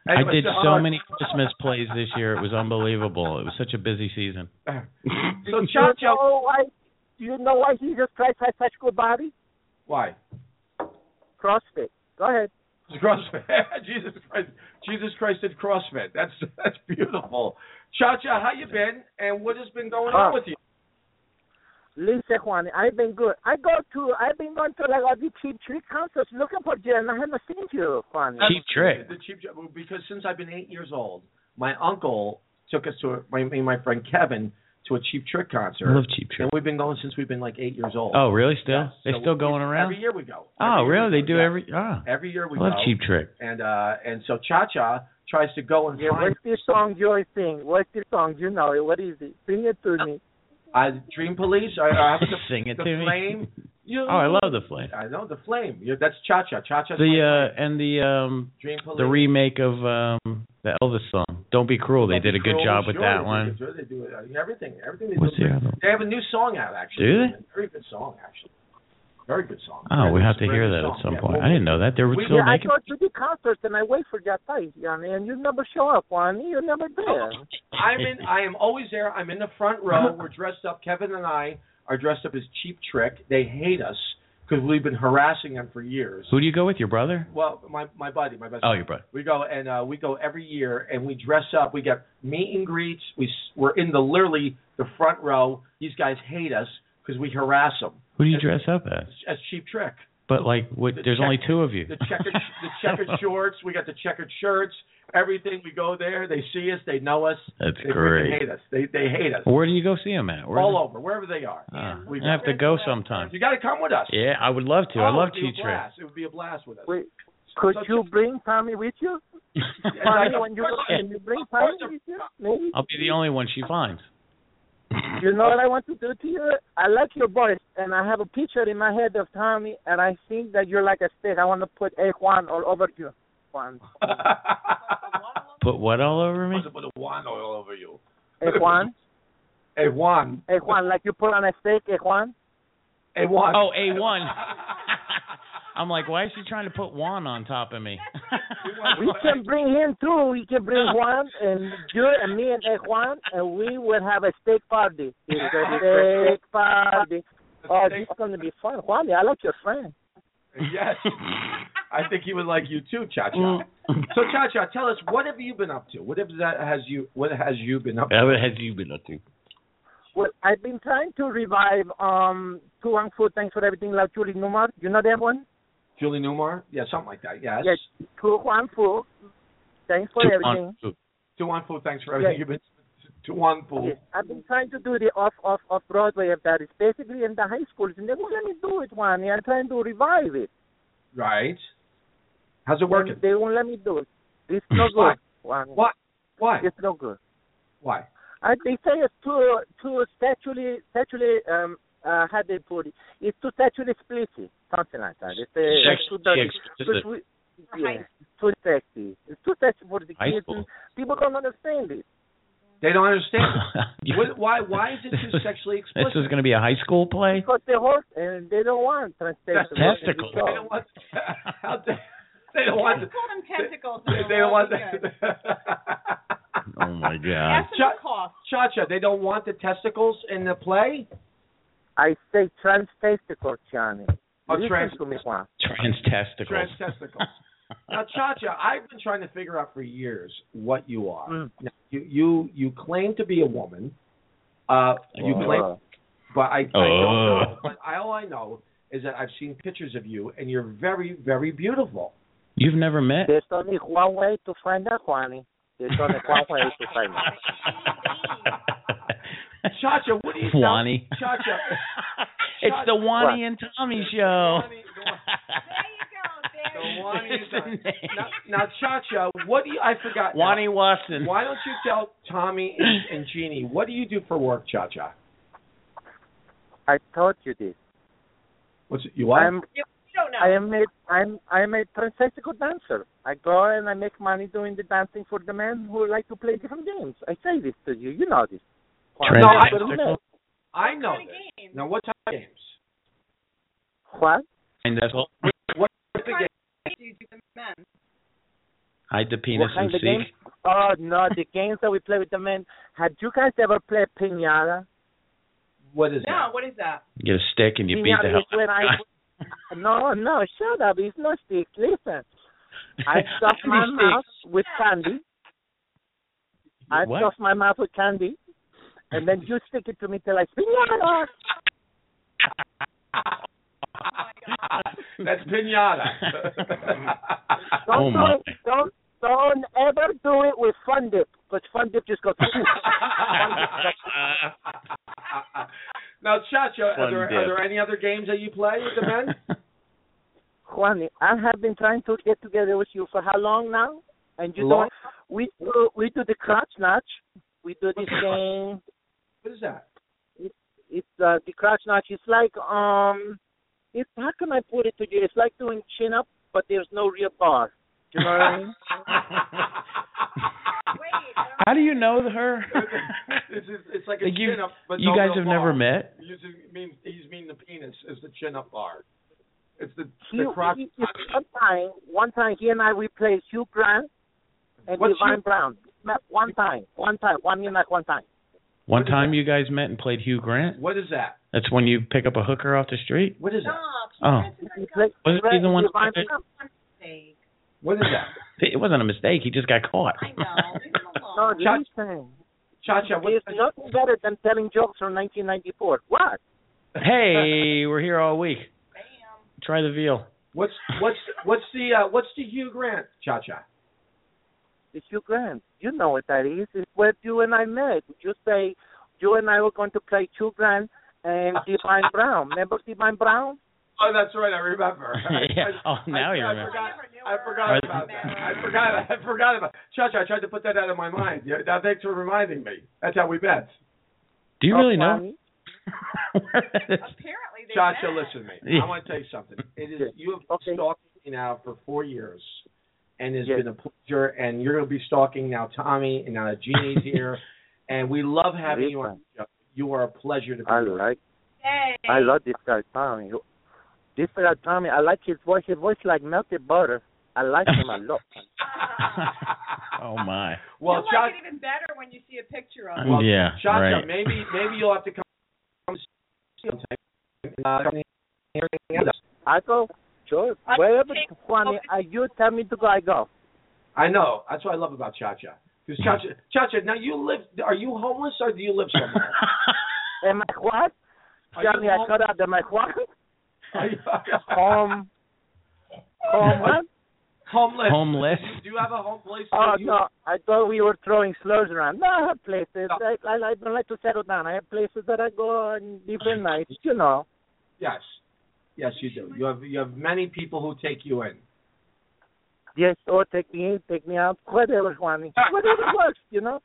S3: I
S2: Anyway,
S3: did
S2: uh,
S3: so many Christmas plays this year. It was unbelievable. It was such a busy season.
S2: So Cha
S8: you
S2: Cha,
S8: know why? You know why Jesus Christ has such good body?
S2: why?
S8: CrossFit. Go ahead.
S2: It's CrossFit. Jesus Christ. Jesus Christ did CrossFit. That's that's beautiful. Cha Cha, how you been? And what has been going
S3: Uh,
S2: on with you?
S8: Listen, Juan, I've been good. I go to, I've been going to like all the cheap trick concerts looking for you, and I haven't seen you, Juan.
S3: Cheap trick.
S2: The cheap jo- because since I've been eight years old, my uncle took us to a, my me and my friend Kevin to a cheap trick concert.
S3: I love cheap trick.
S2: And we've been going since we've been like eight years old.
S3: Oh, really? Still?
S2: Yeah,
S3: They're
S2: so
S3: still
S2: we-
S3: going around?
S2: Every year we go.
S3: oh,
S2: Every year
S3: really?
S2: we
S3: They
S2: go,
S3: do
S2: yeah.
S3: every. Oh,
S2: every year
S3: I
S2: we
S3: love
S2: go.
S3: Cheap Trick.
S2: And uh and so Cha Cha tries to go and
S8: Yeah,
S2: find
S8: what's this song you sing? What's this song? You know it. What is it? Sing it to me.
S2: I uh, Dream Police. I, I have the,
S3: Sing it
S2: the
S3: to me.
S2: flame. You-
S3: Oh, I love the flame.
S2: I know the flame. Yeah, that's Cha Cha. Cha Cha.
S3: The uh and the um
S2: Dream Police.
S3: the remake of um the Elvis song. Don't be cruel. They did a good job with
S2: Sure, they do.
S3: that one.
S2: Sure, They do it. I mean, everything. Everything they
S3: What's
S2: do.
S3: the other? one?
S2: They have a new song out actually.
S3: Do they?
S2: Very good song actually. Very good song.
S3: Oh,
S2: Very
S3: we
S2: good-
S3: have to
S2: very
S3: hear
S2: good
S3: that
S2: song.
S3: at some
S2: Yeah,
S3: point.
S2: we'll-
S3: I didn't know that they were
S2: We-
S3: still
S8: yeah, I
S3: making.
S8: go to the concerts and I wait for your time, Juan, and you never show up, Juan. You're never there.
S2: I'm in. I am always there. I'm in the front row. We're dressed up. Kevin and I are dressed up as Cheap Trick. They hate us because we've been harassing them for years.
S3: Who do you go with? Your brother?
S2: Well, my my buddy, my best.
S3: Oh,
S2: friend.
S3: your brother.
S2: We go and uh, we go every year, and we dress up. We get meet and greets. We s- we're in the literally the front row. These guys hate us because we harass them
S3: Who do you dress up as?
S2: as cheap trick.
S3: But like, what,
S2: The
S3: there's only
S2: check-
S3: two of you.
S2: The checkered the checkered shorts. We got the checkered shirts. Everything. We go there. They see us. They know us.
S3: That's
S2: They freaking
S3: great.
S2: hate us. They they hate us.
S3: Where do you go see him at? Where
S2: All
S3: is-
S2: over wherever they are.
S3: Ah,
S2: We
S3: I have to go sometime.
S2: You got to come with us.
S3: Yeah, I would love to. I
S2: Oh,
S3: love
S2: it'd be a
S3: Cheap Trick.
S2: blast. It would be a blast with us.
S8: Wait, Could
S2: So-
S8: you bring Tommy with you?
S2: Yes, I-
S8: Tommy, when you
S2: of course I-
S8: when you bring
S2: of
S8: Tommy
S2: course I-
S8: with you, maybe.
S3: I'll be the only one she finds.
S8: You know what I want to do to you? I like your voice, and I have a picture in my head of Tommy, and I think that you're like a stick. I want to put a Juan all over you, Juan.
S3: Put what all over me?
S2: Must have put a wand oil over you.
S8: A Juan,
S2: A wand.
S8: a Juan, like you put on a steak, a Juan.
S2: A wand.
S3: Oh, A1. I'm like, why is she trying to put Juan on top of me?
S8: We can bring him too. We can bring Juan and you and me and a Juan, and we will have a steak party. It's a steak party. Oh, this is gonna be fun, Juan. I like your friend.
S2: Yes. I think he would like you too, Cha Cha. So Cha Cha, tell us what have you been up to? What have that has you what has you been up to?
S3: What has you been up to?
S8: Well, I've been trying to revive um Tu Wang Fu. Thanks for everything, La Chuli Numar. You know that one?
S2: Julie Newmar? Yeah, something like that. Yes.
S8: Yes. Tu Wang Fu. Thanks for everything.
S2: Tuan Fu, thanks for everything
S8: Yes.
S2: you've been Tuan Fu.
S8: Yes. I've been trying to do the off off off Broadway of that. It's basically in the high schools, and they won't let me do it. One, I'm trying to revive it.
S2: Right. How's it working?
S8: They won't let me do it. It's no
S2: Why?
S8: good. Juan.
S2: Why? Why?
S8: It's no good.
S2: Why?
S8: I, they say it's too too sexually sexually um uh how they put it. It's too sexually explicit, something like that. They say it's too
S3: Sexually
S8: dirty,
S3: explicit.
S8: too sweet- yeah, too sexy. It's too sexy for the
S3: High
S8: kids.
S3: school.
S8: People don't understand it.
S2: They don't understand.
S3: You-
S2: What- why? Why is it
S3: This
S2: too
S3: was-
S2: sexually
S3: This
S2: explicit?
S3: is going to be a high school play.
S8: Because they horse and they don't want translation.
S2: That's
S3: Testicles.
S2: They don't want. How dare- they don't want.
S5: Just call them testicles.
S2: They,
S5: and
S2: they
S5: they'll
S2: don't want
S5: be good.
S2: that.
S3: Oh my God!
S5: Ask them
S2: Shut-
S5: the cost.
S2: Chacha, they don't want the testicles in the play.
S8: I say transtesticle, Johnny.
S2: Oh,
S8: Listen
S2: trans-
S8: to me, Juan.
S3: Trans testicles.
S2: Trans testicles. Now, Chacha, I've been trying to figure out for years what you are.
S8: Mm.
S2: Now, you you you claim to be a woman. Uh, you claim,
S8: Uh,
S2: but I, I don't
S3: Oh.
S2: know. But I, all I know is that I've seen pictures of you, and you're very very beautiful.
S3: You've never met.
S8: there's only one way to find out, Juani. There's only one way to find out.
S2: Chacha, what do you sound-
S3: Wani.
S2: Chacha,
S3: It's the Wani
S8: What?
S3: and Tommy show.
S2: Wani- the-
S5: There you go. There
S2: the
S5: you go.
S2: Wani
S3: It's
S2: is
S3: the
S2: on.
S3: name.
S2: Now, now, Chacha, what do you? I forgot. now.
S3: Wani Watson.
S2: Why don't you tell Tommy and, and Jeannie what do you do for work, Chacha?
S8: I taught you this.
S2: What's you what?
S8: I'm
S5: You don't know.
S8: I am a I'm I'm a transsexual dancer. I go and I make money doing the dancing for the men who like to play different games. I say this to you. You know this.
S3: Trans-
S2: No, I-
S8: But who knows?
S2: I know
S5: What kind of
S2: this.
S5: game?
S2: Now what type of games?
S8: What?
S3: And that's all.
S2: What type of games?
S5: Do you do the men?
S3: Hide the penis
S8: What
S3: and
S8: kind of
S3: seek.
S8: Oh no, the games that we play with the men. Had you guys ever played pinata?
S2: What is
S5: No, what is that?
S3: Get a stick and you beat the
S8: Pinata
S3: hell.
S8: is when I no no shut up. It's not stick. Listen, I stuff my
S3: These
S8: mouth with candy. I
S3: What?
S8: stuff my mouth with candy, and then you stick it to me till I pinata.
S2: that? That's pinata.
S8: Don't
S3: Oh,
S8: do
S3: my.
S8: it. Don't don't ever do it with fun dip. But fun dip just goes.
S2: now, Chacha, are
S3: Fun
S2: there,
S3: dip.
S2: are there any other games that you play with the men?
S8: Juan, I have been trying to get together with you for how long now? And you
S2: Long-
S8: don't. We do, we do the crotch notch. We do this game.
S2: What is that?
S8: It's uh, the crotch notch. It's like um, it's how can I put it to you? It's like doing chin up, but there's no real bar. Do you know what I mean?
S5: Wait. I don't
S3: How do you know her?
S2: it's, it's, it's like a
S3: Like you-
S2: chin up, but
S3: you
S2: no
S3: guys
S2: real
S3: have never
S2: bar.
S3: met.
S2: He's, he means he's mean the penis is the chin up bar. It's the
S8: He,
S2: the crotch.
S8: he- he- one time, one time he and I we played Hugh Grant and
S2: What's
S8: Divine
S2: Hugh-
S8: Brown. Met One time, one time, one year, like one time.
S3: One
S2: What is
S3: time you guys met and played Hugh Grant.
S2: What is that?
S3: That's when you pick up a hooker off the street.
S2: What is that?
S5: Stop.
S3: Oh.
S5: You
S8: He
S5: guys are
S8: played-
S3: Wasn't he the one-
S8: Divine Brown.
S5: mistake.
S2: What is that?
S3: It wasn't a mistake. He just got caught.
S5: I know. Leave them
S8: No,
S5: alone.
S2: Chuck-
S8: listen.
S2: Chacha, what
S8: There's nothing better than telling jokes from 1994. What?
S3: hey, we're here all week.
S5: Bam.
S3: Try the veal.
S2: what's what's what's the uh, what's the Hugh Grant Chacha?
S8: It's Hugh Grant. You know what that is. It's where you and I met. You say you and I were going to play Hugh Grant and Divine Brown. Remember Divine Brown?
S2: Oh, that's right, I remember. I-
S3: Yeah.
S2: I,
S3: Oh, now
S2: I,
S3: you
S2: I
S3: remember.
S2: Forgot,
S5: I never knew
S2: I
S5: her.
S2: forgot
S3: Right.
S2: about that. I forgot. I forgot about Chacha. I tried to put that out of my mind. Yeah, now thanks for reminding me. That's how we met.
S3: Do you
S8: Oh,
S3: really know?
S8: Juani.
S3: Where that is?
S5: Apparently they
S2: Chacha,
S5: met.
S2: listen to me.
S3: Yeah.
S2: I want to tell you something. It is
S8: Yeah.
S2: you have
S8: Okay.
S2: been stalking me now for four years, and it's
S8: Yes.
S2: been a pleasure. And you're going to be stalking now, Tommy, and now Jeannie's here, and we love having you on. the show. You are a pleasure to be.
S8: I
S2: with.
S8: like.
S5: Hey.
S8: I love this guy Tommy. This guy Tommy. I like his voice. His voice like melted butter. I like him a lot.
S3: oh my.
S2: Well,
S5: you
S2: Cha-
S5: like it even better when you see a picture of it.
S2: Well,
S3: yeah.
S2: Chacha,
S3: right.
S2: maybe maybe you'll have to come. sometime. Uh,
S8: I go. Sure.
S5: I
S8: Wherever
S5: think-
S8: Juani, I, you tell me to go, I go.
S2: I know. That's what I love about Chacha. Because Chacha, Chacha, now you live. Are you homeless or do you live somewhere?
S8: Am I what?
S2: Are you
S8: Johnny, I
S2: home-
S8: cut out. Am I what?
S2: Are you-
S8: Home. Home. What?
S2: homeless.
S3: Homeless.
S2: Do you have a home place?
S8: Oh
S2: that you-
S8: no! I thought we were throwing slurs around. No, I have places.
S2: No.
S8: I, I I don't like to settle down. I have places that I go on different nights. You know.
S2: Yes, yes, you do. You have you have many people who take you in.
S8: Yes, or take me in, take me out, whatever, Juan. Whatever works, you know?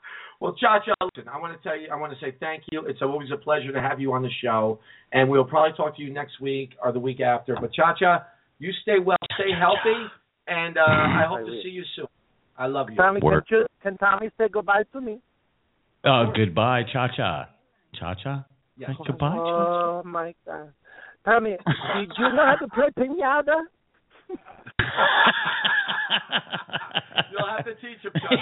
S2: well, Cha Cha, listen, I want to tell you, I want to say thank you. It's always a pleasure to have you on the show, and we'll probably talk to you next week or the week after. But Cha Cha, you stay well, stay healthy, and uh, I hope to see you soon. I love you.
S8: Tommy, can,
S3: Work.
S8: you, can Tommy say goodbye to me?
S3: Oh, goodbye, Cha Cha. Cha Cha?
S2: Yes.
S3: Goodbye, Cha
S8: Oh, my God. Tommy, did you know how to play pinata?
S2: You'll have to teach him, Cha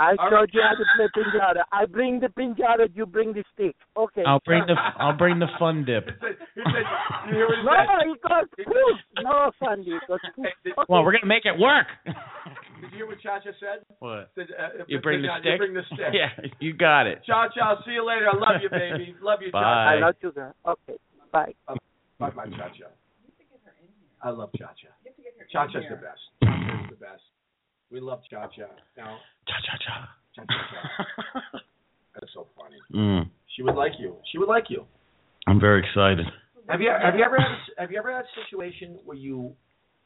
S8: I
S2: All
S8: showed you how to play pinata. I bring the pinata, you bring the stick. Okay.
S3: I'll bring the I'll bring the fun dip.
S2: He said, he said, you hear what he
S8: No,
S2: said?
S8: it goes poof. No, Sandy, it goes poof.
S2: Hey, did,
S3: Well, we're gonna make it work.
S2: did you hear what Cha Cha said?
S3: what?
S2: Said, uh,
S3: You bring the
S2: Cha-
S3: stick.
S2: You bring the stick.
S3: Yeah, you got it.
S2: Cha Cha, see you later. I love you, baby. Love you, Cha
S3: Bye.
S8: I love you, girl. Okay, bye.
S2: Bye bye, Cha Cha. I love Cha Cha. Cha Cha's the best. Cha Cha's the best. We love Cha Cha. Now,
S3: Cha Cha
S2: Cha Cha.
S3: Cha.
S2: That's so funny.
S3: mm,
S2: She would like you. She would like you.
S3: I'm very excited.
S2: Have you have you ever had a- have you ever had a situation where you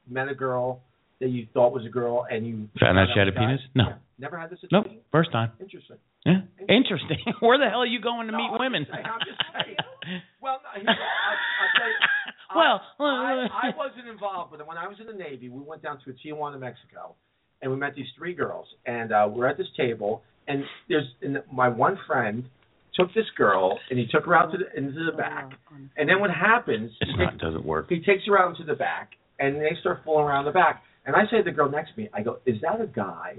S2: met a girl that you thought was a girl and you
S3: Found out
S2: found
S3: she had a
S2: was guy?
S3: penis? No.
S2: Yeah. Never had this
S3: Nope.
S2: situation.
S3: First time.
S2: Interesting.
S3: Yeah. Interesting. Where the hell are you going to
S2: No,
S3: meet
S2: I'm
S3: women?
S2: just saying, I'm just saying. Well, no, here's- I'll, I'll tell you. Uh, I-
S3: well, uh,
S2: I, I wasn't involved, but when I was in the Navy, we went down to Tijuana, Mexico, and we met these three girls, and uh, we're at this table, and there's and my one friend took this girl and he took her out to the, into the back, and then what happens?
S3: Oh. it's
S2: he
S3: not.
S2: takes-
S3: Doesn't work.
S2: He takes her out into the back, and they start fooling around the back, and I say to the girl next to me, I go, "Is that a guy?"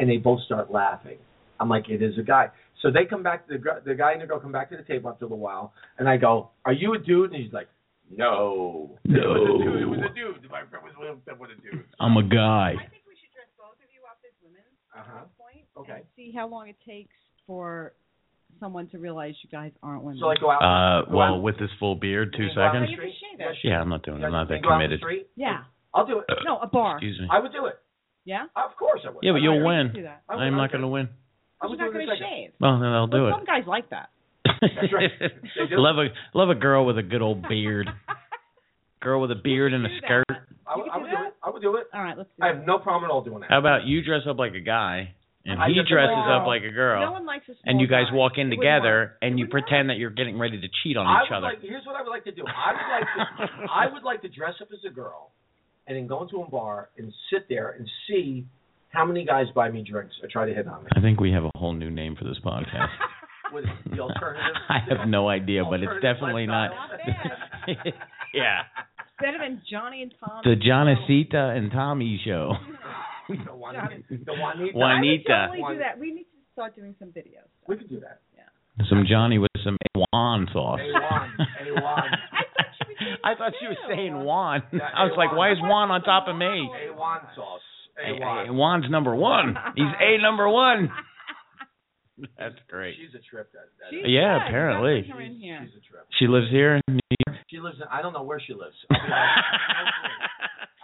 S2: And they both start laughing. I'm like, "It is a guy." So they come back. The gr- the guy and the girl come back to the table after a little while, and I go, "Are you a dude?" And he's like, "No, It was a dude. It was a dude. My friend was with him. What a dude."
S3: I'm a guy.
S5: I think we should dress both of you up as women
S2: Uh huh.
S5: at some point
S2: Okay.
S5: and see how long it takes for someone to realize you guys aren't women.
S2: So like go out.
S3: Uh,
S2: go out-
S3: well, with this full beard, two
S2: you go out on the
S3: seconds.
S5: You
S2: street?
S5: can shave
S2: Yeah,
S5: it.
S2: sure.
S3: Yeah, I'm not doing. it. I'm not
S2: You
S3: that
S2: go out on the
S3: committed.
S2: street?
S5: yeah.
S2: I'll do it.
S5: No, a bar.
S3: Uh, Excuse me.
S2: I would do it.
S5: Yeah.
S2: Of course I would.
S3: Yeah, but you'll
S5: We
S3: win.
S5: can do that.
S2: I would-
S3: I'm
S2: I
S3: not
S2: would do
S3: going to
S2: it.
S3: win.
S2: I
S5: You're
S2: would
S5: not
S2: do it
S5: going
S2: in
S5: to
S2: a second.
S5: shave.
S3: Well, then I'll do
S5: Well,
S3: it.
S5: Some guys like that.
S2: That's right. They do.
S3: love a love a girl with a good old beard. Girl with a beard and a
S5: do that.
S3: skirt.
S2: I would,
S5: You
S2: I would
S5: can do
S2: do it. I would do it.
S5: All right, let's do
S2: I
S5: it.
S2: have no problem at all doing that.
S3: How about you dress up like a guy and
S2: I
S3: he
S2: dress up
S3: dresses
S5: like a
S3: up
S5: girl.
S3: like a girl,
S5: No one likes a small
S3: and you guys
S5: guy.
S3: walk in
S5: It wouldn't work.
S3: together and
S5: It
S3: you
S5: wouldn't work.
S3: pretend that you're getting ready to cheat on
S2: I
S3: each
S2: would
S3: other.
S2: Like, here's what I would like to do. I would like to, I would like to dress up as a girl, and then go into a bar and sit there and see how many guys buy me drinks or try to hit on me.
S3: I think we have a whole new name for this podcast.
S2: What is it, the alternative?
S3: I have no idea, but it's
S2: Alternative
S3: definitely not.
S5: lifestyle.
S3: yeah,
S5: Better than Johnny and Tom.
S3: the Jonasita and Tommy show.
S2: the Juanita. The Juanita.
S3: Juan-
S5: I
S3: Juanita.
S5: would totally do that. We need to start doing some video
S2: We
S5: stuff.
S2: could do that.
S3: Some Johnny with some Juan sauce.
S2: A1, A1.
S3: I thought she was saying Juan.
S2: Yeah,
S3: I was like, why is Juan on top of me?
S2: A one sauce.
S3: Hey,
S2: A
S3: hey,
S2: one.
S3: Juan's number one. He's a number one. That's great.
S2: She's a trip. That, that
S5: She's
S2: is.
S3: Yeah,
S5: good.
S3: apparently.
S5: You gotta bring her in here.
S2: She's a trip.
S3: She lives here in New York.
S2: She lives. In, I don't know where she lives. I'll be honest.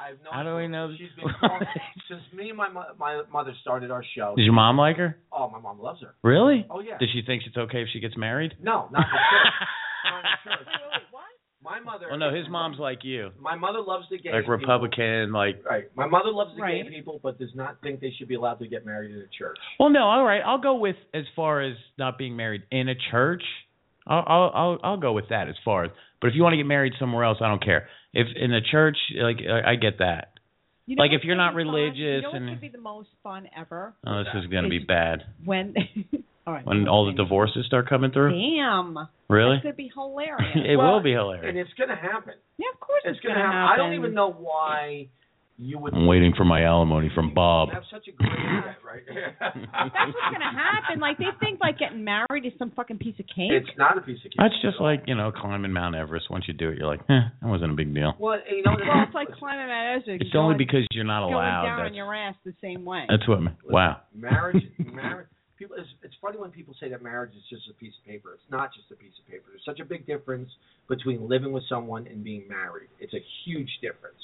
S2: I have no
S3: How do
S2: clue.
S3: we know
S2: She's
S3: this-
S2: been calling since me and my mo- my mother started our show.
S3: Does your mom like her?
S2: Oh, my mom loves her.
S3: Really?
S2: Oh yeah.
S3: Does she think it's okay if she gets married?
S2: No, not for sure. Not for sure.
S5: Wait, wait, what?
S2: My mother.
S3: well, no, his mom's like you,
S2: My mother loves the gay.
S3: like Republican, like.
S2: People. Right. My mother loves the
S5: Right.
S2: gay people, but does not think they should be allowed to get married in a church.
S3: Well, no, all right, I'll go with as far as not being married in a church. I'll I'll I'll, I'll go with that as far as. But if you want to get married somewhere else, I don't care. If in a church, like I, I get that.
S5: You know
S3: Like, if
S5: what's
S3: you're
S5: gonna
S3: not
S5: be fun?
S3: religious
S5: you know what
S3: and-
S5: could be the most fun ever
S3: Oh, this is gonna be bad
S5: when all right
S3: when all the divorces start coming through.
S5: damn
S3: Really?
S5: That could be hilarious.
S3: it
S2: Well,
S3: will be
S2: And
S3: hilarious.
S2: it's gonna happen.
S5: yeah, of course
S2: It's,
S5: it's,
S2: gonna, happen. I don't even know why you would
S3: I'm waiting for my alimony from Bob.
S2: have such a great internet, right?
S5: That's what's gonna happen. Like they think like getting married is some fucking piece of cake.
S2: It's not a piece of cake.
S3: That's just like you know climbing Mount Everest. Once you do it, you're like, eh, that wasn't a big deal.
S2: Well, you know.
S5: well, it's like climbing Mount Everest.
S3: It's only
S5: going,
S3: because you're not
S5: going down
S3: allowed.
S5: on your ass the same way.
S3: That's, that's what. Wow.
S2: marriage marriage people it's, it's funny when people say that marriage is just a piece of paper it's not just a piece of paper there's such a big difference between living with someone and being married it's a huge difference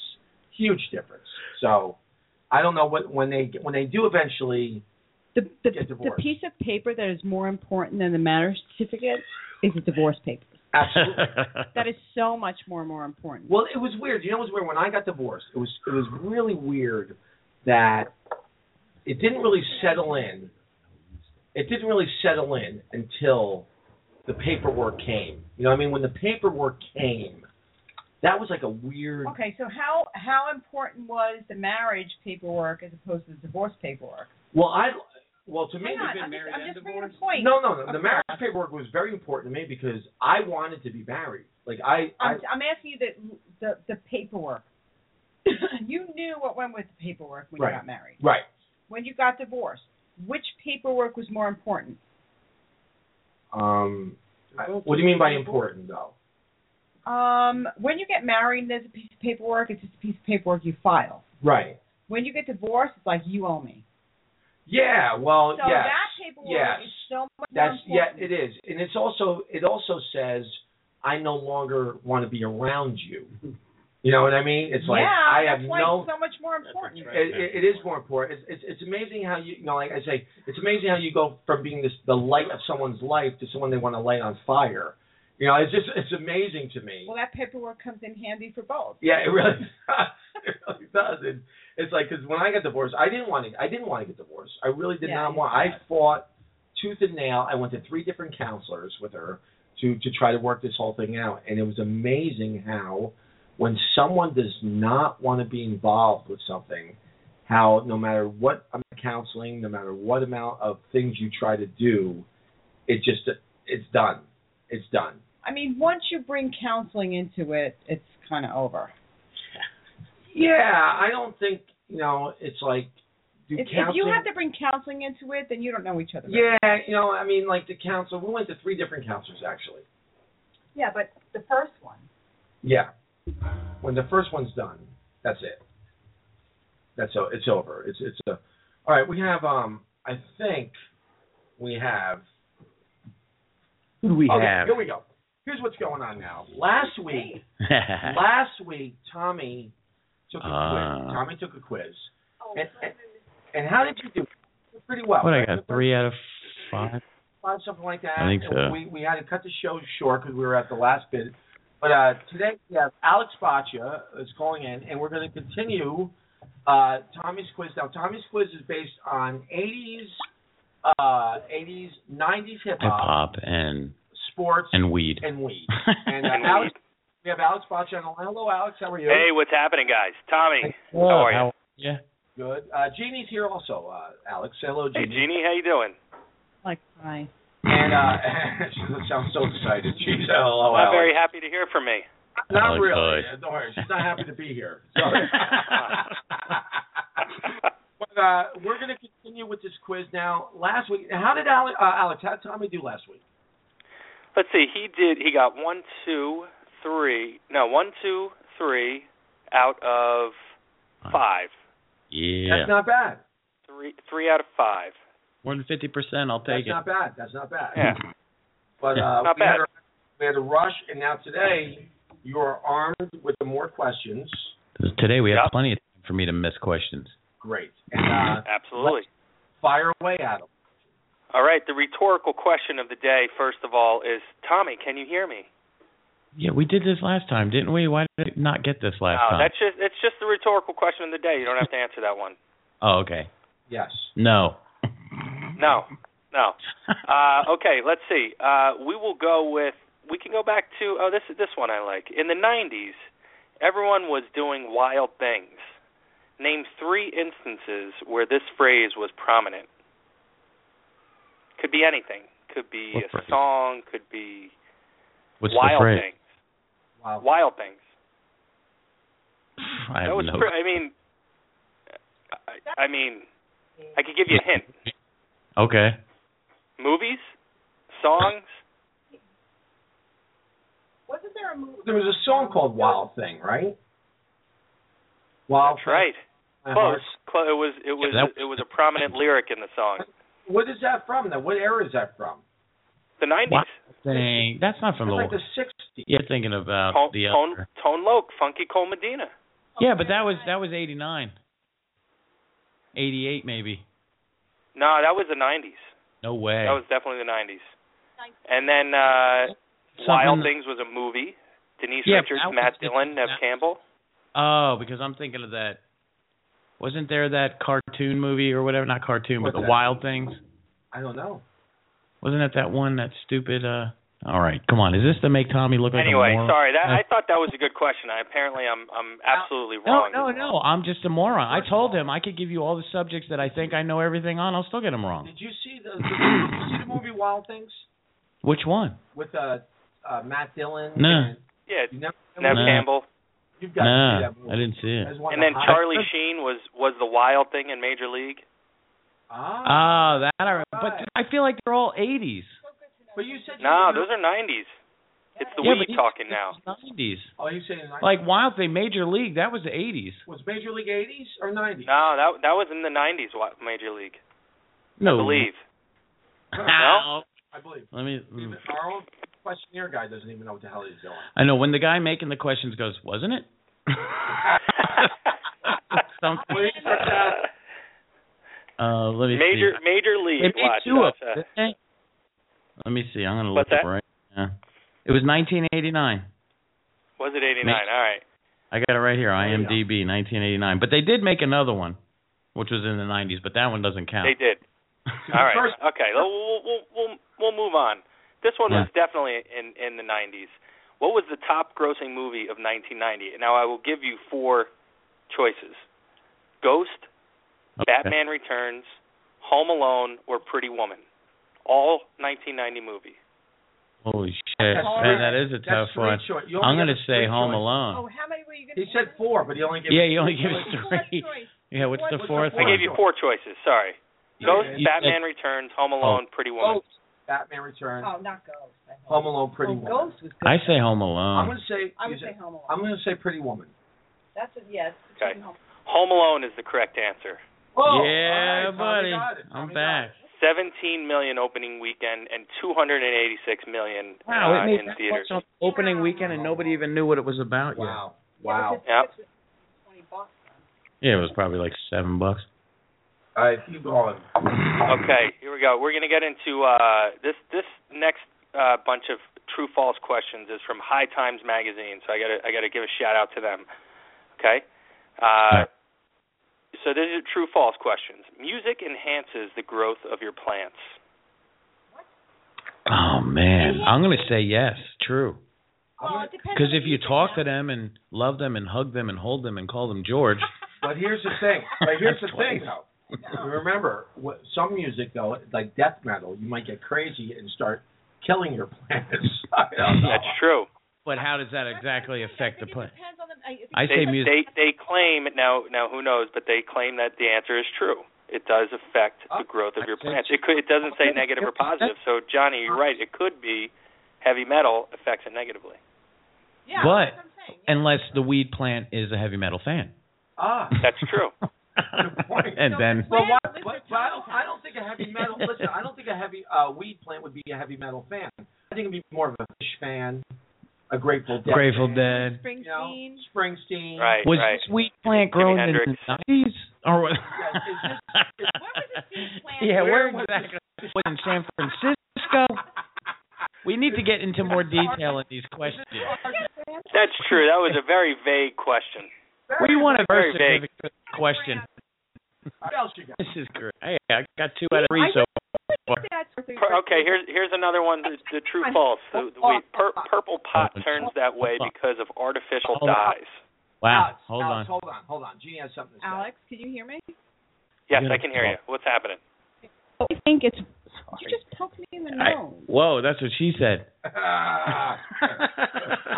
S2: huge difference so i don't know what when they when they do eventually
S5: the the,
S2: Get
S5: the
S2: divorced.
S5: piece of paper that is more important than the marriage certificate is the divorce papers.
S2: Absolutely.
S5: That is so much more more important.
S2: Well, it was weird. You know, it was weird when I got divorced. It was it was really weird that it didn't really settle in. It didn't really settle in until the paperwork came. You know, what I mean, when the paperwork came, that was like a weird.
S7: Okay, so how how important was the marriage paperwork as opposed to the divorce paperwork?
S2: Well, I well to me
S7: Hang on,
S2: it-
S7: I'm, just, I'm just bringing a point.
S2: No, no, no. The marriage paperwork was very important to me because I wanted to be married. Like I, I
S7: I'm, I'm asking you the the, the paperwork. you knew what went with the paperwork when
S2: Right.
S7: you got married.
S2: right.
S7: When you got divorced, which paperwork was more important?
S2: Um, I- what do you mean by important though?
S7: Um, when you get married, there's a piece of paperwork. It's just a piece of paperwork you file.
S2: Right.
S7: When you get divorced, it's like you owe me.
S2: Yeah. Well.
S7: So
S2: yes.
S7: that paperwork
S2: yes.
S7: is so much
S2: That's
S7: more
S2: yeah,
S7: important.
S2: it is, and it's also it also says I no longer want to be around you. You know what I mean? It's like
S7: yeah,
S2: I have
S7: that's why
S2: no.
S7: it's so much more important.
S2: It, it, it is more important. It's, it's it's amazing how you you know like I say it's amazing how you go from being this the light of someone's life to someone they want to light on fire. You know, it's just it's amazing to me.
S7: Well, that paperwork comes in handy for both.
S2: Yeah, it really does. it really does. And it's like because when I got divorced, I didn't want to. I didn't want to get divorced. I really did
S7: Yeah,
S2: not
S7: you
S2: want. I fought tooth and nail. I went to three different counselors with her to to try to work this whole thing out, and it was amazing how when someone does not want to be involved with something, how no matter what amount of counseling, no matter what amount of things you try to do, it just it's done. It's done.
S7: I mean, once you bring counseling into it, it's kind of over.
S2: Yeah, I don't think you know. It's like do
S7: If, if
S2: counseling.
S7: you have to bring counseling into it, then you don't know each other.
S2: yeah, you know, I mean, like the counselor. We went to three different counselors actually.
S7: Yeah, but the first one.
S2: Yeah, when the first one's done, that's it. That's o- it's over. It's it's a. All right, we have um. I think we have.
S3: Who do we
S2: okay,
S3: have?
S2: Here we go. Here's what's going on now. Last week,
S7: Hey,
S2: last week, Tommy took a
S3: Ah.
S2: quiz. Tommy took a quiz.
S7: Oh,
S2: And, and, and how did you do? Pretty well.
S3: what I
S2: right?
S3: got? Three out of five.
S2: five, something like that.
S3: I think
S2: And
S3: so.
S2: We we had to cut the show short because we were at the last bit. But uh, today we have Alex Baccia is calling in, and we're going to continue uh, Tommy's quiz. Now Tommy's quiz is based on 80s, uh, 80s, 90s hip
S3: Hip
S2: hop,
S3: hop and
S2: sports,
S3: and weed.
S2: and weed. And uh, Alex, we have Alex Baccia on the line. Hello, Alex. How are you?
S10: Hey, what's happening, guys? Tommy.
S3: Hello,
S10: how are you?
S3: how- yeah.
S2: Good. Uh, Jeannie's here also. Uh, Alex, say hello,
S10: Hey,
S2: Jeannie.
S10: Jeannie, how you doing?
S5: Like, I
S2: And uh, she sounds so excited. She's hello,
S10: I'm
S2: Alex.
S10: very happy to hear from me.
S2: Not
S3: Alex
S2: really.
S3: Hood.
S2: Yeah, Don't worry. She's not happy to be here. Sorry. but uh, we're going to continue with this quiz now. Last week, how did Alex, uh, Alex how did Tommy do last week?
S10: Let's see. He did. He got one, two, three. No, one, two, three out of five.
S3: Yeah.
S2: That's not bad.
S10: Three, three out of five.
S3: More than fifty percent. I'll
S2: That's
S3: take
S2: not bad. That's not bad.
S10: Yeah.
S2: But uh,
S10: Not
S2: we, Had
S10: bad.
S2: a, we had a rush, and now today you are armed with more questions.
S3: it. Today we have
S10: Yep.
S3: plenty of time for me to miss questions.
S2: Great. And uh,
S10: Absolutely.
S2: fire away at them.
S10: All right. The rhetorical question of the day, first of all, is Tommy, can you hear me?
S3: Yeah, we did this last time, didn't we? Why did I not get this last
S10: no,
S3: time?
S10: Uh, that's just it's just the rhetorical question of the day. You don't have to answer that one.
S3: Oh, okay.
S2: Yes.
S3: No.
S10: No, no. Uh, okay, let's see. Uh, we will go with. We can go back to. Oh, this this one I like. In the '90s, everyone was doing wild things. Name three instances where this phrase was prominent. Could be anything. Could be
S3: What
S10: a
S3: phrase?
S10: song. Could be
S3: What's the
S10: wild
S3: phrase?
S10: things.
S2: Wow.
S10: Wild things.
S3: I
S10: that
S3: have
S10: was.
S3: no.
S10: pre- I mean. I, I mean, I could give you a hint.
S3: Okay.
S10: Movies, songs.
S7: wasn't there a movie?
S2: There was a song called Wild Thing, right? Wild
S10: That's right.
S2: Thing.
S10: Close. Clo- it was it was
S3: Yeah, that-
S10: it was a prominent lyric in the song.
S2: What is that from? Then what era is that from?
S10: The nineties.
S3: Wow. Dang, that's not from
S2: It's
S3: the.
S2: like the sixties.
S3: You're thinking about
S10: Tone,
S3: the
S10: Tone,
S3: other.
S10: Tone Loc, Funky Cole Medina.
S3: Yeah, but that was that was eighty nine. Eighty eight maybe.
S10: No, that was the nineties.
S3: No way.
S10: That was definitely the nineties. And then uh Wild
S3: something-
S10: Things was a movie. Denise
S3: Yeah, but
S10: Richards,
S3: that was
S10: Matt
S3: different.
S10: Dillon, Nev Campbell.
S3: Oh, because I'm thinking of that. Wasn't there that cartoon movie or whatever? Not cartoon,
S2: What's
S3: but the
S2: that?
S3: Wild Things.
S2: I don't know.
S3: Wasn't that that one? That stupid. uh All right, come on. Is this to make Tommy look like
S10: Anyway,
S3: a moron?
S10: sorry. That,
S3: Uh,
S10: I thought that was a good question. I apparently I'm I'm absolutely
S3: no,
S10: wrong.
S3: no, no. I'm just a moron. I told him I could give you all the subjects that I think I know everything on. I'll still get them wrong.
S2: Did you see the, the, did you see the movie Wild Things
S3: Which one?
S2: with uh, uh, Matt Dillon?
S3: No.
S2: and-
S10: Yeah,
S2: you never,
S10: Nev
S3: No.
S10: Campbell.
S2: You've got to see
S3: Nah,
S2: that movie.
S3: I didn't see
S2: That
S3: it.
S2: is one
S10: And
S2: of
S10: then
S2: the hot-
S10: Charlie Sheen was was the Wild Thing in Major League.
S2: Ah,
S3: Oh, that I remember. But I feel like they're all 80s.
S2: but you said you
S10: No,
S2: didn't know-
S10: those are 90s. It's the
S3: yeah,
S10: we
S3: but
S10: talking now.
S3: 90s.
S2: Oh, you said in
S3: Like Wild Thing, Major League, that was the 80s.
S2: was Major League 80s or 90s?
S10: No, that that was in the 90s. wa- Major League,
S3: No.
S10: I believe.
S3: Ow.
S2: I believe.
S3: Let me.
S2: Even
S3: mm.
S2: our own questionnaire guy doesn't even know what the hell he's doing.
S3: I know when the guy making the questions goes, wasn't it? Something.
S2: Well, he said, uh,
S3: Uh, let me
S10: Major
S3: see.
S10: Major
S3: They
S10: League.
S3: made
S10: Watch
S3: two of
S10: that's, uh,
S3: them, didn't they? Let me see. I'm gonna look
S10: What's
S3: up
S10: that?
S3: right. now. It was 1989.
S10: was it 89?
S3: Major-
S10: All right.
S3: I got it right here.
S2: yeah.
S3: IMDb 1989. But they did make another one, which was in the 90s. But that one doesn't count.
S10: They did. All right. Okay. We'll we'll we'll, we'll move on. This one was definitely in in the 90s. What was the top grossing movie of 1990? Now I will give you four choices: Ghost,
S3: Okay.
S10: Batman Returns, Home Alone, or Pretty Woman. All 1990 movie.
S3: Holy shit! Man, that is a tough
S2: That's three
S3: one.
S2: choice. You only
S3: I'm gonna
S2: got three
S3: say Home
S2: choice.
S3: Alone.
S7: Oh, how many were you going
S2: He
S7: to
S2: said four, but he only gave
S3: Yeah,
S2: us
S3: you only
S2: three
S3: give
S2: choices.
S3: us three. Yeah, what's
S7: What- what's the
S3: the fourth
S10: I
S3: one?
S10: gave you four choices. Sorry: Ghost,
S2: Yeah,
S3: you said- Oh.
S10: Batman Returns, Home Alone, Pretty Woman.
S2: Ghost, Oh, Batman Returns,
S7: Oh, not Ghost. I hope.
S2: Home Alone, Pretty
S7: oh,
S2: Woman.
S7: Ghost was good.
S3: I say Home
S2: I'm
S3: Alone.
S2: gonna say.
S7: I would
S2: you said-
S7: say Home Alone.
S2: I'm gonna say Pretty Woman.
S7: That's a yes.
S10: Okay.
S7: Home.
S10: Home Alone is the correct answer.
S2: Oh, all
S3: yeah,
S2: right, Tommy
S3: buddy.
S2: got it.
S3: I'm
S2: Tommy got
S3: back.
S2: it.
S10: 17 million opening weekend and 286 million
S3: Wow,
S10: uh,
S3: it made
S10: in
S3: that
S10: theaters.
S3: much on opening weekend, and nobody even knew what it was about yet.
S2: Wow.
S7: Yeah,
S2: Wow.
S7: because
S10: Yep.
S7: tickets was Twenty bucks.
S3: Yeah, it was probably like seven bucks.
S2: All right, keep going.
S10: Okay, here we go. We're going to get into uh, this this next uh, bunch of true false questions is from High Times magazine, so I got to I got to give a shout out to them. Okay? Uh,
S3: Alright.
S10: so these are true false questions. Music enhances the growth of your plants.
S3: Oh man, I'm gonna say yes. True,
S2: Oh,
S7: Well, it depends.
S3: because
S7: on
S3: if
S7: the
S3: you
S7: music
S3: talk
S7: now.
S3: to them and love them and hug them and hold them and call them George,
S2: But here's the thing. But here's the thing,
S3: Twice.
S2: though. Remember, what, some music though, like death metal, you might get crazy and start killing your planets. I don't know.
S10: That's
S3: Oh.
S10: true.
S3: but how does that exactly
S5: That's
S3: affect the play?
S5: thing, I think it depends on the- I- if
S3: I
S10: They
S3: say music.
S10: they they claim now now who knows, but they claim that the answer is true. It does affect
S3: Ah,
S10: the growth of your
S3: Okay.
S10: plants. It could it doesn't say negative or positive. So Johnny, you're right. It could be heavy metal affects it negatively.
S5: Yeah,
S3: But-
S5: that's what I'm saying.
S3: Unless the weed plant is a heavy metal fan,
S2: Ah.
S10: That's true.
S2: point.
S3: and then
S2: Well, why,
S5: Mr.
S2: but, but I, don't, I don't think a heavy metal. listen, I don't think a heavy uh, weed plant would be a heavy metal fan. I think it'd be more of a Fish fan, a Grateful Dead.
S3: Grateful
S2: fan,
S3: Dead.
S2: You know,
S5: Springsteen.
S2: Springsteen.
S10: Right.
S3: Was
S10: right.
S3: this weed plant
S10: Jimi
S3: grown in the
S10: Hendrix.
S3: nineties or what?
S2: Yeah, is this-
S5: Where was this seed plant?
S3: Yeah, where
S2: Where was
S3: exactly? Was in San Francisco? We need to get into more detail in these questions.
S10: That's true. That was a very vague question.
S3: We want a
S10: Very
S3: birth
S10: vague.
S3: certificate for this question.
S2: What else you got?
S3: This is great. Hey, I got two out of three so far.
S5: That's worth it.
S10: Pur- Okay, here's here's another one. The, the true false. The, the wait, pur- purple pot turns that way because of artificial dyes.
S3: Wow,
S2: Alex,
S3: hold
S2: Alex,
S3: on.
S2: Hold on. Hold on. Gene has something to say.
S5: Alex, can you hear me?
S10: Yes, I can hear you. What's happening?
S5: I think it's. You just poked me in the
S3: I-
S5: nose.
S3: Whoa, that's what she said.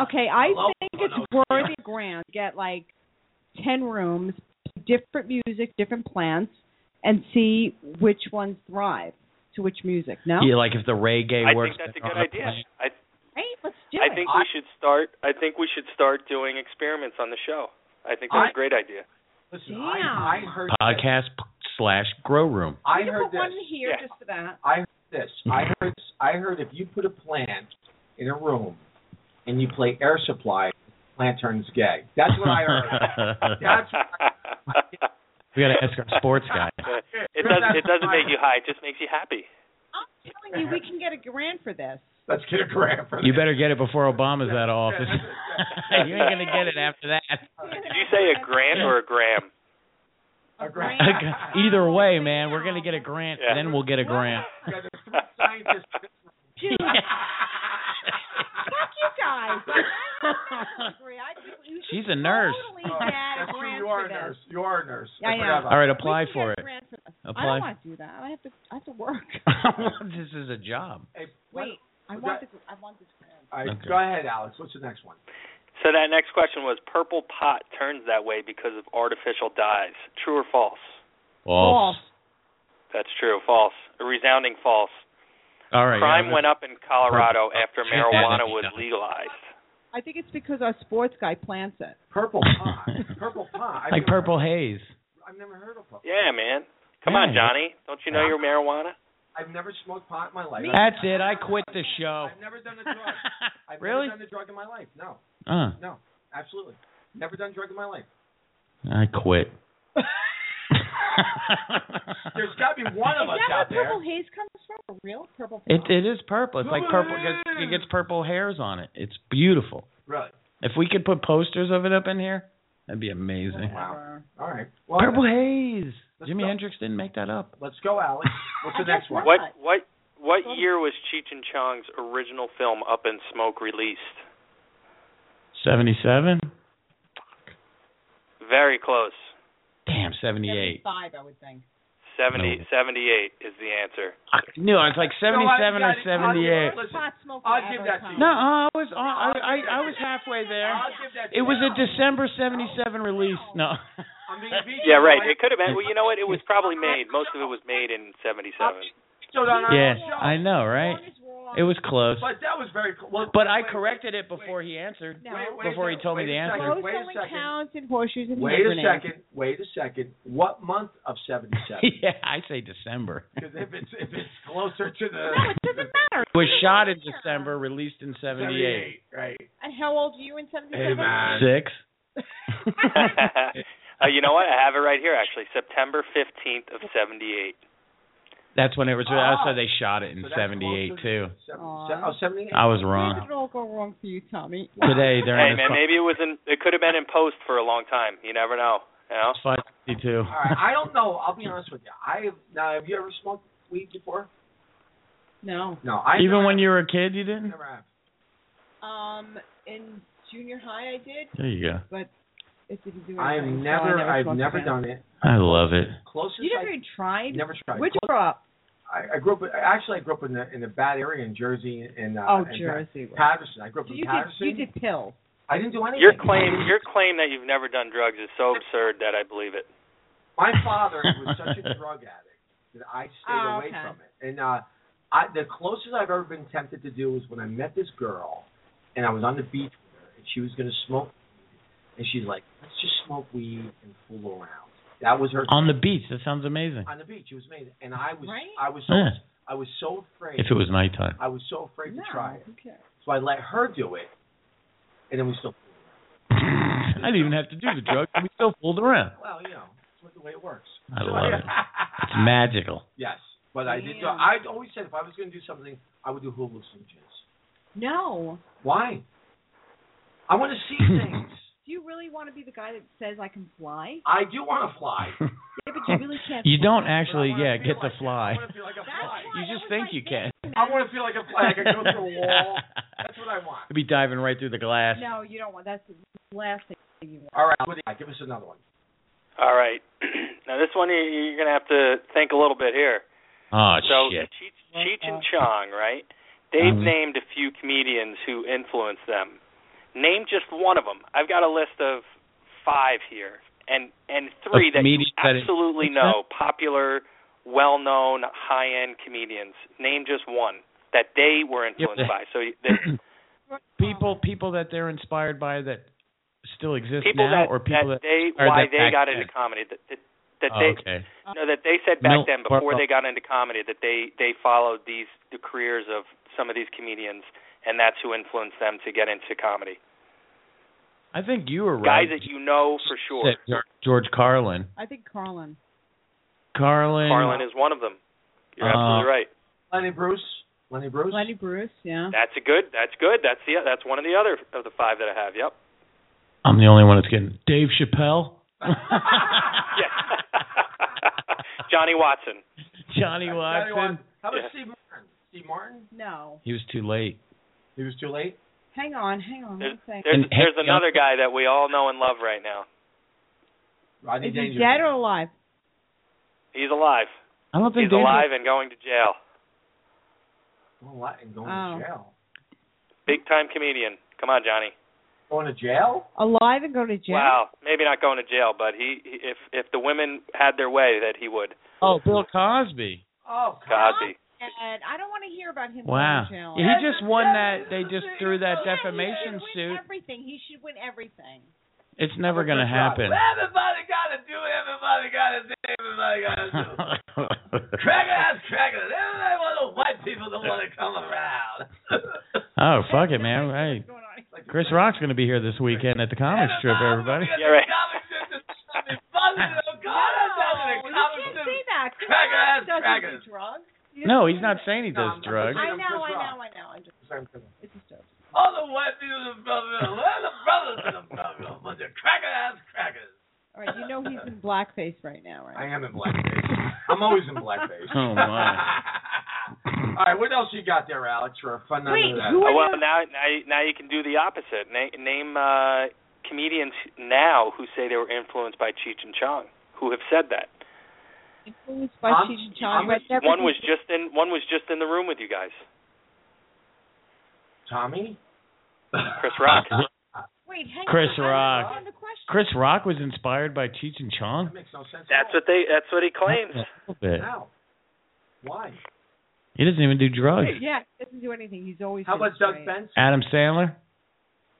S5: Okay, I
S2: Hello?
S5: think
S2: Oh,
S5: it's
S2: no, it's
S5: worthy of ground. to Get like ten rooms, different music, different plants, and see which ones thrive to which music. No,
S3: Yeah, like if the reggae
S10: I
S3: works.
S10: think that's a
S3: better
S10: good
S3: on
S10: idea.
S3: plane.
S10: I
S5: right? Let's do
S10: I
S5: it.
S10: think we should start. I think we should start doing experiments on the show. I think that's
S2: I-
S10: a great idea.
S2: Listen,
S5: Oh, Damn.
S2: I, I heard this.
S3: Podcast p- slash grow room.
S2: I
S5: you
S2: heard
S5: put one
S2: this.
S5: in here
S10: Yeah.
S5: just for that.
S2: I heard this. I heard. I heard if you put a plant in a room and you play air supply, the plant turns gay. That's what I heard. That's
S3: we got to ask our sports guy.
S10: it does. It doesn't make you high. It just makes you happy.
S5: telling you, we can get a grant for this.
S2: Let's get a grant for
S3: You better get it before Obama's out of office. you ain't gonna get it after that.
S10: Did you say a grant or a gram?
S2: a grant.
S3: Either way, man, we're gonna get a grant, and then we'll get a grant.
S2: Yeah, there's three scientists.
S5: Dude, fuck you guys. I agree. I think you
S3: She's
S5: should
S3: a nurse.
S5: totally get a
S2: That's true.
S5: grant
S2: You are a
S5: for
S2: nurse.
S5: this.
S2: You are a nurse.
S5: Yeah,
S2: I
S5: I
S2: forgot
S5: am.
S2: about
S3: All right,
S5: We
S3: apply
S5: can get
S3: for
S5: a
S3: it.
S5: grant for this. I don't
S3: Apply.
S5: want to do that. I have to. I have to work.
S3: this is a job.
S2: that. Hey, what-
S5: Wait. I
S2: Was
S5: want
S2: that-
S5: the. I want this grant.
S2: all right,
S3: Okay.
S2: Go ahead, Alex. What's the next one?
S10: So that next question was purple pot turns that way because of artificial dyes. True or false?
S3: False.
S10: That's true. False. A resounding false.
S3: All right.
S10: Crime
S3: yeah,
S10: went up in Colorado
S3: Purple.
S10: after
S3: Yeah,
S10: marijuana
S3: that'd be
S10: was
S3: nice.
S10: legalized.
S5: I think it's because our sports guy plants it.
S2: Purple pot. purple pot. I've
S3: Like
S2: never-
S3: purple haze.
S2: I've never heard of pot.
S10: Yeah, man. Come
S3: Yeah.
S10: on, Johnny. Don't you know your marijuana?
S2: I've never smoked pot in my life.
S3: That's it. I quit the show.
S2: I've never done a drug. I've
S3: really?
S2: never done a drug in my life. No,
S3: Uh,
S2: no, absolutely. Never done a drug in my life.
S3: I quit.
S2: There's got to be one of
S5: Is
S2: us
S5: that where
S2: out there.
S5: purple haze comes from? A real purple.
S3: It it is purple. It's like purple. It gets, it gets purple hairs on it. It's beautiful.
S2: Really?
S3: If we could put posters of it up in here, that'd be amazing.
S2: Wow. All right. Well,
S3: Purple haze.
S2: Let's
S3: Jimi
S2: go.
S3: Hendrix didn't make that up.
S2: let's go, Alex. What's the
S5: I guess
S2: next one?
S5: not.
S10: What what what year was Cheech and Chong's original film Up in Smoke released?
S3: Seventy-seven.
S10: Very close.
S3: Damn, seventy-eight.
S7: Seventy-five, I would think.
S10: 70,
S3: No.
S10: 78 is the answer.
S3: I knew it. It's like
S2: You know what? You got
S3: seventy-seven or
S2: it. I'll give-
S3: seventy-eight.
S2: listen,
S5: Pot smoker
S2: I'll
S5: ever
S2: give that to
S5: come.
S2: you.
S3: No, I was I, I I was halfway there.
S2: I'll give that to
S3: It was
S2: you.
S3: a December '77 release. No.
S2: I'm being beat
S10: Yeah,
S2: by-
S10: right. It could have been. Well, you know what? It was probably made. Most of it was made in
S2: I'm
S10: '77.
S2: being showed on our own
S3: Yeah,
S2: show.
S3: I know, right?
S5: Wrong is wrong.
S3: It was close.
S2: But that was very cool. Well,
S3: But I
S2: wait,
S3: corrected it before he answered.
S5: No.
S2: Wait, wait
S3: Before he
S2: a-
S3: told me
S2: wait
S3: the
S2: a
S3: answer.
S2: second,
S5: Close
S2: Wait a
S5: only
S2: second.
S5: counts in horseshoes and
S2: Wait
S5: hand
S2: a
S5: grenades.
S2: second. Wait a second. What month of '77?
S3: yeah, I say December.
S2: Because if it's if it's closer to the
S5: No, it doesn't matter.
S3: was shot in December, released in '78.
S2: right?
S5: And how old are you in 77?
S2: Hey man,
S3: Six.
S10: uh, you know what? I have it right here, actually. September 15th of '78.
S3: That's when it was.
S2: Oh.
S3: So they shot it in
S2: So that's
S3: '78
S2: closer
S3: too.
S2: to seven-
S5: Aw.
S2: se- Oh, 78.
S3: I was
S5: Where
S3: wrong.
S5: did it all go wrong for you, Tommy?
S3: Today
S10: Hey,
S3: during
S10: man, maybe it was in. It could have been in post for a long time. You never know. You know?
S3: five sixty-two.
S2: All right. I don't know. I'll be honest with you. I have now. Have you ever smoked weed before?
S5: No.
S2: No. I
S3: Even
S2: never
S3: when
S2: have.
S3: you were a kid, you didn't.
S2: never have.
S5: Um, in junior high I did,
S3: There you go.
S5: but it didn't do anything.
S2: I've
S5: so
S2: never.
S5: I never
S2: I've
S5: smoked
S2: never
S5: again.
S2: done it.
S3: I love it.
S2: Closest.
S5: You never
S2: I,
S5: even tried?
S2: never tried.
S5: Which
S2: Close-
S5: crop?
S2: I, I grew up. Actually, I grew up in the in a bad area in Jersey and uh,
S5: oh,
S2: and
S5: Jersey. was-
S2: Patterson. I grew up
S5: So
S2: in
S5: you did,
S2: Patterson.
S5: you did pills.
S2: I didn't do anything.
S10: Your claim, your claim that you've never done drugs is so absurd that I believe it.
S2: My father was such a drug addict that I stayed
S5: Oh,
S2: away
S5: okay.
S2: from it. And uh, I, the closest I've ever been tempted to do was when I met this girl, and I was on the beach with her, and she was going to smoke, weed. and she's like, "Let's just smoke weed and fool around." That was her
S3: On the beach. That sounds amazing.
S2: on the beach. It was amazing, and I was,
S5: Right?
S2: I was, so,
S3: Yeah.
S2: I was so afraid.
S3: If it was nighttime.
S2: I was so afraid
S5: no,
S2: to try it,
S5: who cares?
S2: so I let her do it, and then we still.
S3: I didn't even have to do the drugs. We still fooled around.
S2: Well, you know, it's what- the way it works.
S3: I
S2: So,
S3: love it. It's
S2: yeah.
S3: magical.
S2: Yes, but I did.
S5: Damn.
S2: Do, I always said if I was going to do something, I would do hallucinogens.
S5: No.
S2: Why? I want to see things.
S5: Do you really want to be the guy that says I can fly?
S2: I do want to fly.
S5: Yeah, but you really can't.
S3: Hmm. You don't
S2: but I
S3: actually,
S2: wanna
S3: yeah,
S2: feel
S3: get to
S2: like-
S3: fly.
S2: I want to feel like a
S5: That's
S2: fly.
S5: why
S3: You
S5: that
S3: just
S5: was
S3: think
S5: my
S3: you
S5: thing.
S2: I want to feel like a fly. I can go through a wall. That's what I want.
S3: You'd be diving right through the glass.
S5: No, you don't want. That's the last thing you want.
S2: All right, what do you got? give us another one.
S10: All right. now this one you- you're gonna have to think a little bit here.
S3: Oh
S10: so
S3: shit.
S10: Cheech, Cheech and Chong, right? They've
S3: Mhm.
S10: named a few comedians who influenced them. Name just one of them. I've got a list of five here, and and three that you
S3: comedians that
S10: absolutely
S3: influenced
S10: know, popular, well-known, high-end comedians. Name just one that they were influenced
S3: but-
S10: by. So you- the
S3: People people that they're inspired by that still exist
S10: people
S3: now
S10: that,
S3: or people that,
S10: that they
S3: or
S10: why
S3: that
S10: they
S3: back
S10: got
S3: then?
S10: into comedy that that, that
S3: Oh,
S10: they
S3: okay.
S10: No, that they said back
S3: Milt
S10: then before
S3: Barlow.
S10: they got into comedy that they they followed these the careers of some of these comedians and that's who influenced them to get into comedy.
S3: I think you were
S10: Guys
S3: right.
S10: that you know for sure.
S3: That Geor- George Carlin.
S5: I think Carlin.
S3: Carlin.
S10: Carlin is one of them. You're
S3: Uh,
S10: absolutely right.
S2: Lenny Bruce. Lenny Bruce.
S5: Lenny Bruce. Yeah.
S10: That's a good. That's good. That's the. That's one of the other of the five that I have. Yep.
S3: I'm the only one that's getting Dave Chappelle,
S10: yeah. Johnny Watson.
S3: Johnny Watson.
S2: How about
S10: Yeah.
S2: Steve Martin? Steve Martin?
S5: No.
S3: He was too late.
S2: He was too late.
S5: Hang on. Hang on. One second.
S10: There's
S3: And Hank
S10: there's another guy that we all know and love right now.
S2: Rodney
S5: Is he
S2: Dangerfield.
S5: dead or alive?
S10: He's alive.
S3: I don't think
S10: He's alive and going to jail.
S2: Going li- and going
S5: Oh.
S2: to jail.
S10: Big time comedian. Come on, Johnny.
S2: Going to jail?
S5: Alive and go to jail.
S10: Wow. Maybe not going to jail, but he he- if if the women had their way, that he would.
S3: Oh, Bill Cosby.
S2: Oh,
S10: Cosby.
S5: Dad, I don't want to hear about him
S3: Wow.
S5: going to jail.
S3: Yeah, he just won that. They just threw that defamation suit.
S5: Everything. He should win everything.
S3: It's never gonna happen.
S2: Everybody got to do. Everybody got to do. Everybody got to do. Cracker house crackers. Everybody want the white people don't want to come around.
S3: oh, fuck it, man. Hey, Chris Rock's gonna be here this weekend at the comic strip. Everybody.
S10: Yeah, right.
S5: no, you can't say that. Chris
S2: Cracker
S5: Rock
S2: ass
S5: doesn't
S2: crackers.
S5: do drugs. You
S3: No,
S5: don't
S3: he's
S5: do
S3: not
S5: that.
S3: saying he does drugs.
S5: I
S2: I'm
S5: know,
S2: Chris
S5: I
S2: Rock.
S5: know, I know. I'm just, it's just jokes.
S2: All the white people in Belleville, where the brothers in the Belleville, bunch of cracker ass crackers.
S5: All right, you know he's in blackface right now,
S2: I
S5: right?
S2: am in blackface. I'm always in blackface.
S3: Oh, my.
S2: All right, what else you got there, Alex? For a fun night
S5: Wait,
S2: of that?
S5: who
S10: Oh,
S5: are
S10: well,
S5: you?
S10: now now you- now you can do the opposite. Na- name uh, comedians now who say they were influenced by Cheech and Chong, who have said that.
S5: Influenced by
S2: I'm-
S5: Cheech and
S2: I'm-
S5: Chong, but never
S10: One was just in one was just in the room with you guys.
S2: Tommy?
S10: Chris Rock.
S5: Wait, hang
S3: Chris
S5: on. I
S3: Rock.
S5: understand the question.
S3: Chris Rock was inspired by Cheech and Chong.
S2: That makes no sense.
S10: That's what they. That's what he claims.
S3: A little bit.
S2: How? Why?
S3: He doesn't even do drugs.
S5: Yeah, he doesn't do anything. He's always
S2: How
S5: been
S2: about Doug
S5: straight.
S2: Benson?
S3: Adam Sandler.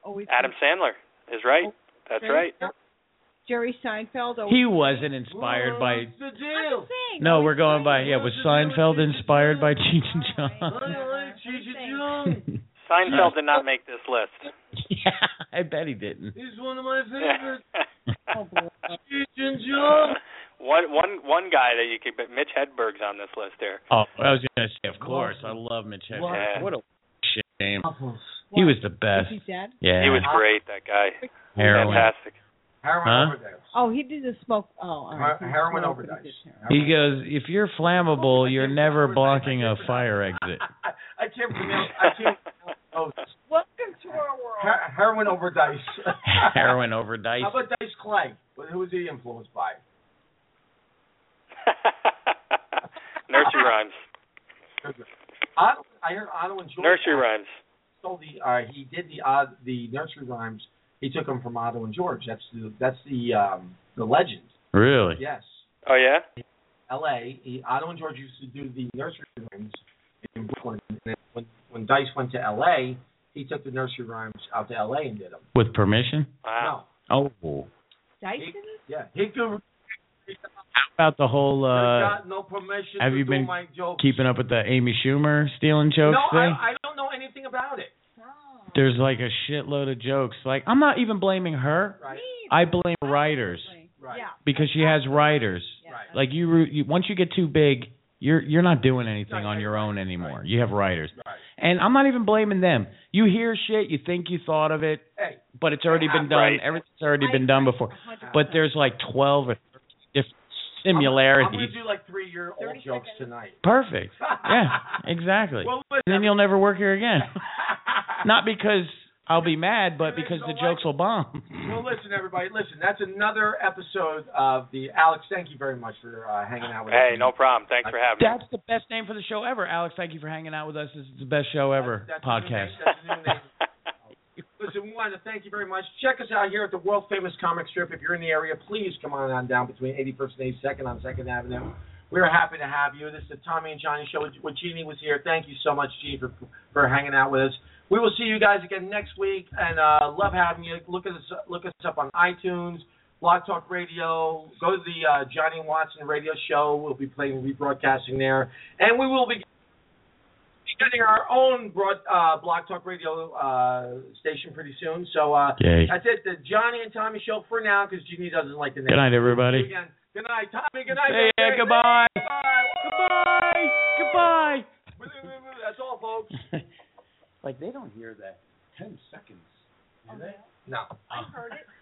S5: Always
S10: Adam
S5: been
S10: Sandler is right. That's
S5: straight.
S10: right.
S5: Jerry Seinfeld. Always
S3: He wasn't inspired by.
S2: What's the
S5: I'm
S2: deal?
S5: just saying,
S3: No,
S5: always
S3: we're going by.
S5: straight.
S3: Yeah, was Seinfeld inspired by Cheech and Chong?
S2: Alright, Cheech and Chong.
S10: Seinfeld did not make this list.
S3: yeah, I bet he didn't.
S2: He's one of my favorites.
S5: Oh, boy.
S2: Cheech and Chong.
S10: one one one guy that you could bet Mitch Hedberg's on this list there.
S3: Oh, I was gonna say, of course. I love Mitch Hedberg.
S10: Yeah.
S3: What a shame.
S2: Waffles.
S3: He was
S5: What?
S3: the
S5: Is
S3: best.
S5: he dead?
S3: Yeah.
S10: He was great, that guy.
S3: heroin.
S10: Fantastic.
S2: Heroin
S3: Huh?
S2: overdose.
S5: Oh, he did the smoke. Oh, all right.
S2: Her-
S5: He
S2: heroin
S5: smoked, but he
S2: overdose.
S5: did heroin.
S3: He goes, if you're flammable, you're never blocking a fire exit.
S2: I can't pronounce. I can't pronounce. those.
S7: Welcome to our world.
S2: Her- heroin overdose.
S3: Heroin
S2: How
S3: overdose.
S2: about Dice Clay? Who was he influenced by?
S10: Nursery rhymes.
S2: Otto, I heard Otto and George.
S10: Nursery rhymes.
S2: Stole the, uh, he did the uh, the nursery rhymes. He took them from Otto and George. That's the that's the um, the legend.
S3: Really?
S2: Yes,
S10: Oh yeah.
S2: L.A. He, Otto and George used to do the nursery rhymes in Brooklyn. And then when when Dice went to L.A., he took the nursery rhymes out to L.A. and did them.
S3: With permission?
S10: Wow.
S2: No,
S3: Oh. How
S5: Dyson?
S2: yeah, he could.
S3: about the whole uh
S2: got no permission
S3: have
S2: to
S3: you
S2: do
S3: been
S2: my jokes.
S3: keeping up with the Amy Schumer stealing jokes
S2: no,
S3: thing?
S2: I, I don't know anything about it.
S3: There's like a shitload of jokes. Like I'm not even blaming her.
S2: Right,
S3: I blame writers
S2: right,
S5: Yeah.
S3: because she has writers.
S2: right.
S3: Like you, re- you once you get too big, you're you're not doing anything on your own anymore. You have writers.
S2: Right.
S3: And I'm not even blaming them. You hear shit, you think you thought of it,
S2: Hey,
S3: but it's already been done.
S10: Right.
S3: Everything's already
S5: I
S3: been done before. But there's like 12 or 13 different similarities.
S2: I'm gonna do like three year old
S5: 30
S2: jokes
S5: seconds.
S2: tonight.
S3: Perfect. Yeah, exactly.
S2: Well,
S3: and then
S2: listen,
S3: you'll never work here again. Not because I'll be mad, but because the
S2: Don't like
S3: jokes will bomb.
S2: well, listen, everybody. Listen, that's another episode of the Alex. Thank you very much for uh, hanging out with us.
S10: Hey, no problem. Thanks for having me.
S3: That's the best name for the show ever. Alex, thank you for hanging out with us. This is the best show ever
S2: That's- that's
S3: podcast.
S2: a new name. That's Listen, we want to thank you very much. Check us out here at the world famous comic strip. If you're in the area, please come on, on down between 81st and 82nd on 2nd Avenue. We're happy to have you. This is the Tommy and Johnny show. When Jeannie was here, thank you so much, Jeannie, for, for hanging out with us. We will see you guys again next week, and uh, love having you. Look at us, look us up on iTunes, Blog Talk Radio. Go to the uh, Johnny Watson Radio Show. We'll be playing rebroadcasting there, and we will be getting our own broad, uh, Block Talk Radio uh, station pretty soon. So uh,
S3: Yay.
S2: that's it. The Johnny and Tommy show for now because Jeannie doesn't like the name.
S3: Good night,
S2: See you
S3: everybody.
S2: again. Good night, Tommy. Good night.
S3: Say
S2: baby.
S3: goodbye.
S2: Goodbye.
S3: Goodbye. Goodbye.
S2: That's all, folks.
S4: Like they don't hear that. Ten seconds. Do they?
S2: No.
S7: I heard it.